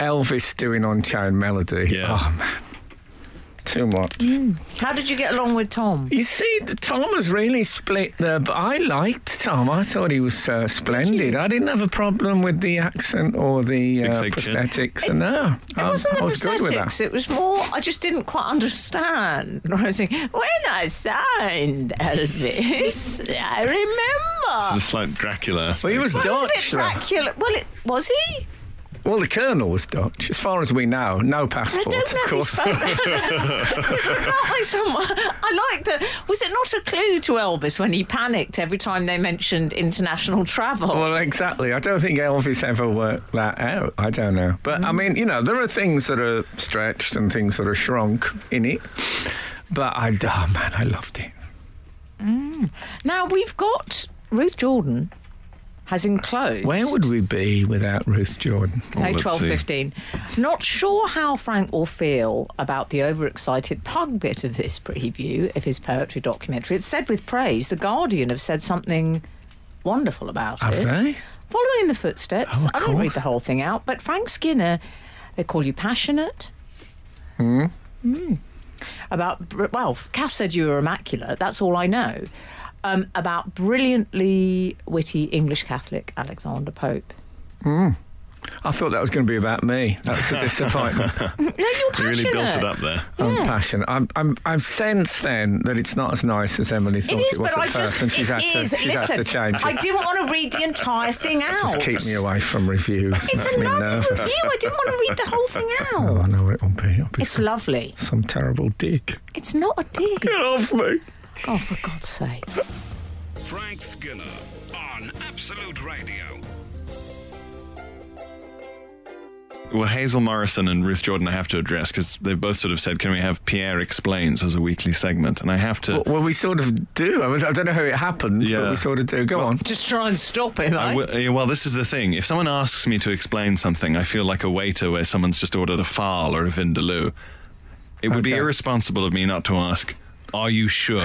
Speaker 3: Elvis doing on chain melody.
Speaker 4: Yeah.
Speaker 3: Oh man. Too much.
Speaker 5: How did you get along with Tom?
Speaker 3: You see, Tom has really split the. But I liked Tom. I thought he was uh, splendid. I didn't have a problem with the accent or the
Speaker 4: Big
Speaker 3: uh,
Speaker 4: fake chin.
Speaker 3: prosthetics. and no,
Speaker 5: It
Speaker 3: I,
Speaker 5: wasn't the
Speaker 3: Um, I was good with
Speaker 5: prosthetics.
Speaker 3: that.
Speaker 5: It was more. I just didn't quite understand. I was thinking, when I signed Elvis, I remember.
Speaker 4: Just like Dracula.
Speaker 3: Ah. Well, he was
Speaker 5: Well, it
Speaker 3: Dutch.
Speaker 5: was a
Speaker 3: though.
Speaker 5: bit Dracula. Well, it was he.
Speaker 3: Well, the Colonel was Dutch, as far as we know. No
Speaker 5: I
Speaker 3: passport,
Speaker 5: don't know.
Speaker 3: of
Speaker 5: if he
Speaker 3: course.
Speaker 5: spoke- was it not like someone? I like that. Was it not a clue to Elvis when he panicked every time they mentioned international travel?
Speaker 3: Well, exactly. I don't think Elvis ever worked that out. I don't know. But
Speaker 5: Mm.
Speaker 3: I mean, you know, there are things that are stretched and things that are shrunk in it. But I, oh man, I loved it.
Speaker 5: Now we've got Ruth Jordan has enclosed.
Speaker 3: Where would we be without Ruth Jordan?
Speaker 5: Hey,
Speaker 4: let's
Speaker 5: twelve
Speaker 4: see.
Speaker 5: fifteen. Not sure how Frank will feel about the overexcited pug bit of this preview of his poetry documentary. It's said with praise. The Guardian have said something wonderful about
Speaker 3: Have
Speaker 5: it.
Speaker 3: they?
Speaker 5: Following in the footsteps,
Speaker 3: Oh, of
Speaker 5: I don't read
Speaker 3: course.
Speaker 5: the whole thing out, but Frank Skinner, they call you passionate. Hmm. About, br- well, Cass said you were immaculate, that's all I know. Um, about brilliantly witty English Catholic Alexander Pope.
Speaker 3: I thought that was going to be about me. That's a disappointment.
Speaker 5: No, you're
Speaker 4: You
Speaker 5: passionate.
Speaker 4: really built it up there.
Speaker 3: I'm
Speaker 5: Yeah.
Speaker 3: passionate. I'm, I'm, I've sensed then that it's not as nice as Emily thought it,
Speaker 5: is,
Speaker 3: was
Speaker 5: but
Speaker 3: at
Speaker 5: I
Speaker 3: first,
Speaker 5: just
Speaker 3: and she's,
Speaker 5: it
Speaker 3: had,
Speaker 5: is.
Speaker 3: to, she's
Speaker 5: Listen,
Speaker 3: had to change it.
Speaker 5: I didn't want to read the entire thing out.
Speaker 3: Just keep me away from reviews. It
Speaker 5: It's
Speaker 3: makes
Speaker 5: a
Speaker 3: me
Speaker 5: lovely
Speaker 3: nervous.
Speaker 5: review. I didn't want to read the whole thing
Speaker 3: Oh, I
Speaker 5: out.
Speaker 3: know it will be. It'll be
Speaker 5: It's
Speaker 3: some,
Speaker 5: lovely.
Speaker 3: some terrible dick.
Speaker 5: It's not a dig.
Speaker 3: Get off me.
Speaker 5: Oh, for God's sake.
Speaker 1: Frank Skinner on Absolute Radio.
Speaker 4: Well, Hazel Morrison and Ruth Jordan, I have to address because they've both sort of said, "Can we have Pierre explains as a weekly segment?" And I have to.
Speaker 3: Well, we sort of do. I, mean, I don't know how it happened, but
Speaker 4: Yeah.
Speaker 3: we sort of do. Go on.
Speaker 5: Just try and stop him. eh?
Speaker 4: I will- yeah, well, this is the thing. If someone asks me to explain something, I feel like a waiter where someone's just ordered a file or a vindaloo. It would be
Speaker 3: Okay.
Speaker 4: irresponsible of me not to ask, Are you sure?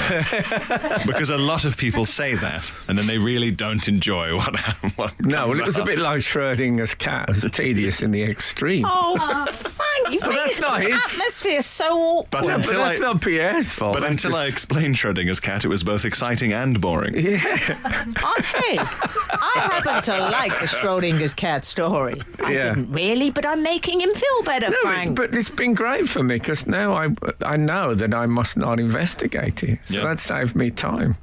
Speaker 4: because a lot of people say that and then they really don't enjoy what, what
Speaker 3: No,
Speaker 4: comes
Speaker 3: well, it was a
Speaker 4: out.
Speaker 3: bit like Schrodinger's cat. It was tedious in the extreme.
Speaker 5: Oh, Frank, you've
Speaker 3: Well,
Speaker 5: made
Speaker 3: that's
Speaker 5: this
Speaker 3: not his-
Speaker 5: atmosphere so awkward.
Speaker 4: But
Speaker 3: Well,
Speaker 4: until
Speaker 3: but uh, that's
Speaker 4: I-
Speaker 3: not Pierre's fault.
Speaker 4: But
Speaker 3: that's
Speaker 4: until I
Speaker 3: just-
Speaker 4: explained Schrodinger's cat, it was both exciting and boring.
Speaker 5: I, hey, I happen to like the Schrodinger's cat story. I
Speaker 3: Yeah.
Speaker 5: didn't really, but I'm making him feel better,
Speaker 3: No,
Speaker 5: Frank.
Speaker 3: it- but it's been great for me because now I I know that I must not investigate it, so
Speaker 4: Yeah.
Speaker 3: that saved me time.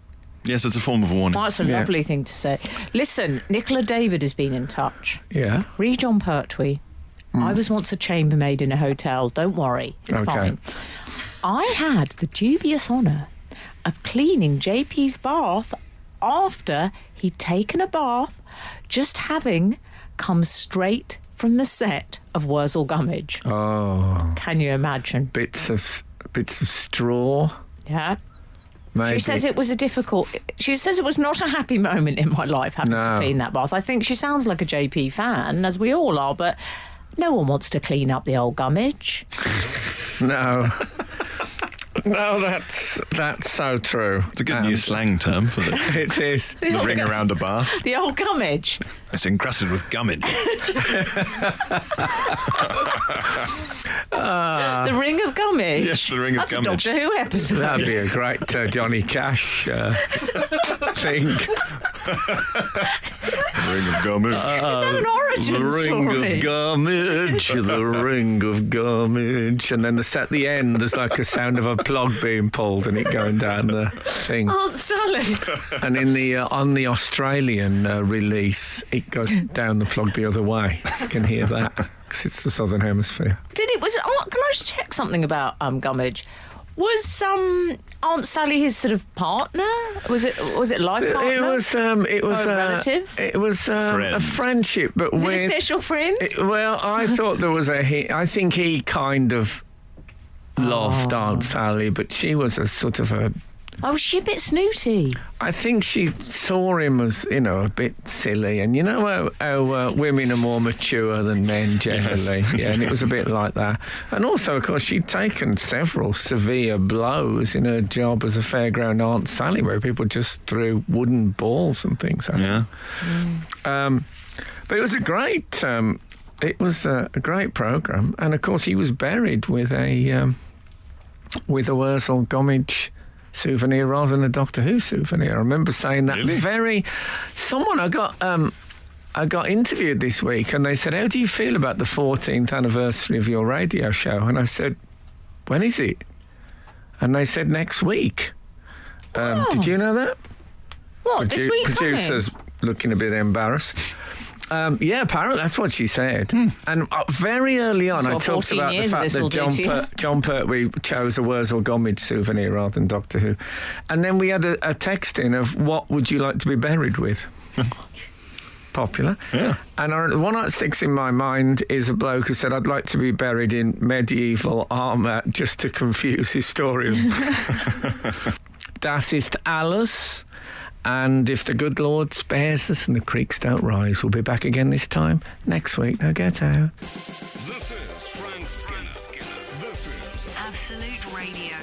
Speaker 4: Yes, it's a form of warning.
Speaker 5: Well, that's a
Speaker 3: Yeah.
Speaker 5: lovely thing to say. Listen, Nicola David has been in touch.
Speaker 3: Yeah.
Speaker 5: Read on Pertwee. I was once a chambermaid in a hotel. Don't worry, it's
Speaker 3: Mm. Okay.
Speaker 5: fine. I had the dubious honour of cleaning JP's bath after he'd taken a bath, just having come straight from the set of Wurzel Gummidge.
Speaker 3: Oh,
Speaker 5: Can you imagine?
Speaker 3: bits of s- bits of straw.
Speaker 5: Yeah.
Speaker 3: Maybe.
Speaker 5: She says it was a difficult. She says it was not a happy moment in my life having to
Speaker 3: No.
Speaker 5: clean that bath. I think she sounds like a JP fan, as we all are, but no one wants to clean up the old gummage.
Speaker 3: no. no, that's that's so true.
Speaker 4: It's a good
Speaker 3: And
Speaker 4: new slang term for the,
Speaker 3: It is.
Speaker 4: the ring around a bath.
Speaker 5: The old gummage.
Speaker 4: It's encrusted with gummage.
Speaker 5: the
Speaker 3: Uh,
Speaker 5: ring of gummage.
Speaker 4: Yes, the ring of
Speaker 5: That's
Speaker 4: gummage.
Speaker 5: a Doctor Who episode.
Speaker 3: That'd be a great uh, Johnny Cash uh, thing.
Speaker 4: ring of gummage.
Speaker 5: Is that an origin
Speaker 3: uh, The ring
Speaker 5: story?
Speaker 3: of gummage, the ring of gummage, and then the at the end there's like a sound of a plug being pulled and it going down the thing.
Speaker 5: Aunt Sally.
Speaker 3: And in the uh, on the Australian uh, release, it goes down the plug the other way. You can hear that 'cause it's the Southern Hemisphere.
Speaker 5: Did it was? Oh, can I just check something about um gummage? Was um Aunt Sally his sort of partner? Was it was it life partner?
Speaker 3: It was um, it was
Speaker 5: Or a
Speaker 3: uh,
Speaker 5: relative?
Speaker 3: It was um, a
Speaker 4: Friend.
Speaker 3: friendship, but
Speaker 5: Was
Speaker 3: with
Speaker 5: it a special friend?
Speaker 3: It- Eh, well, I thought there was a he. I think he kind of loved Aunt Sally, but she was a sort of a.
Speaker 5: oh, was she a bit snooty?
Speaker 3: I think she saw him as you know a bit silly, and you know how, how uh, women are more mature than men generally, yeah, and it was a bit like that. And also, of course, she'd taken several severe blows in her job as a fairground Aunt Sally, where people just threw wooden balls and things at her.
Speaker 4: yeah.
Speaker 3: Um, but it was a great, um, it was a, a great program, and of course he was buried with a um, with a Wurzel Gummidge souvenir rather than a Doctor Who souvenir. I remember saying that
Speaker 4: Really?
Speaker 3: very. Someone I got. Um, I got interviewed this week and they said, How do you feel about the 14th anniversary of your radio show? And I said, When is it? And they said, Next week. Um,
Speaker 5: Oh.
Speaker 3: Did you know that?
Speaker 5: What Oh, this
Speaker 3: Produ-
Speaker 5: week? coming?
Speaker 3: producers looking a bit embarrassed. Um, yeah, apparently that's what she said. And uh, very early on,
Speaker 5: Hmm. That's
Speaker 3: I
Speaker 5: what
Speaker 3: talked
Speaker 5: 14
Speaker 3: about the
Speaker 5: years
Speaker 3: fact
Speaker 5: this
Speaker 3: that
Speaker 5: will do
Speaker 3: John,
Speaker 5: to you.
Speaker 3: per- John Pertwee chose a Wurzel Gummidge souvenir rather than Doctor Who. And then we had a, a text in of what would you like to be buried with? Popular.
Speaker 4: Yeah.
Speaker 3: And I, the one that sticks in my mind is a bloke who said, I'd like to be buried in medieval armour just to confuse historians. das ist alles. And if the good Lord spares us and the creeks don't rise, we'll be back again this time next week. Now get out.
Speaker 1: This is Frank Skinner. This is
Speaker 2: Absolute Radio.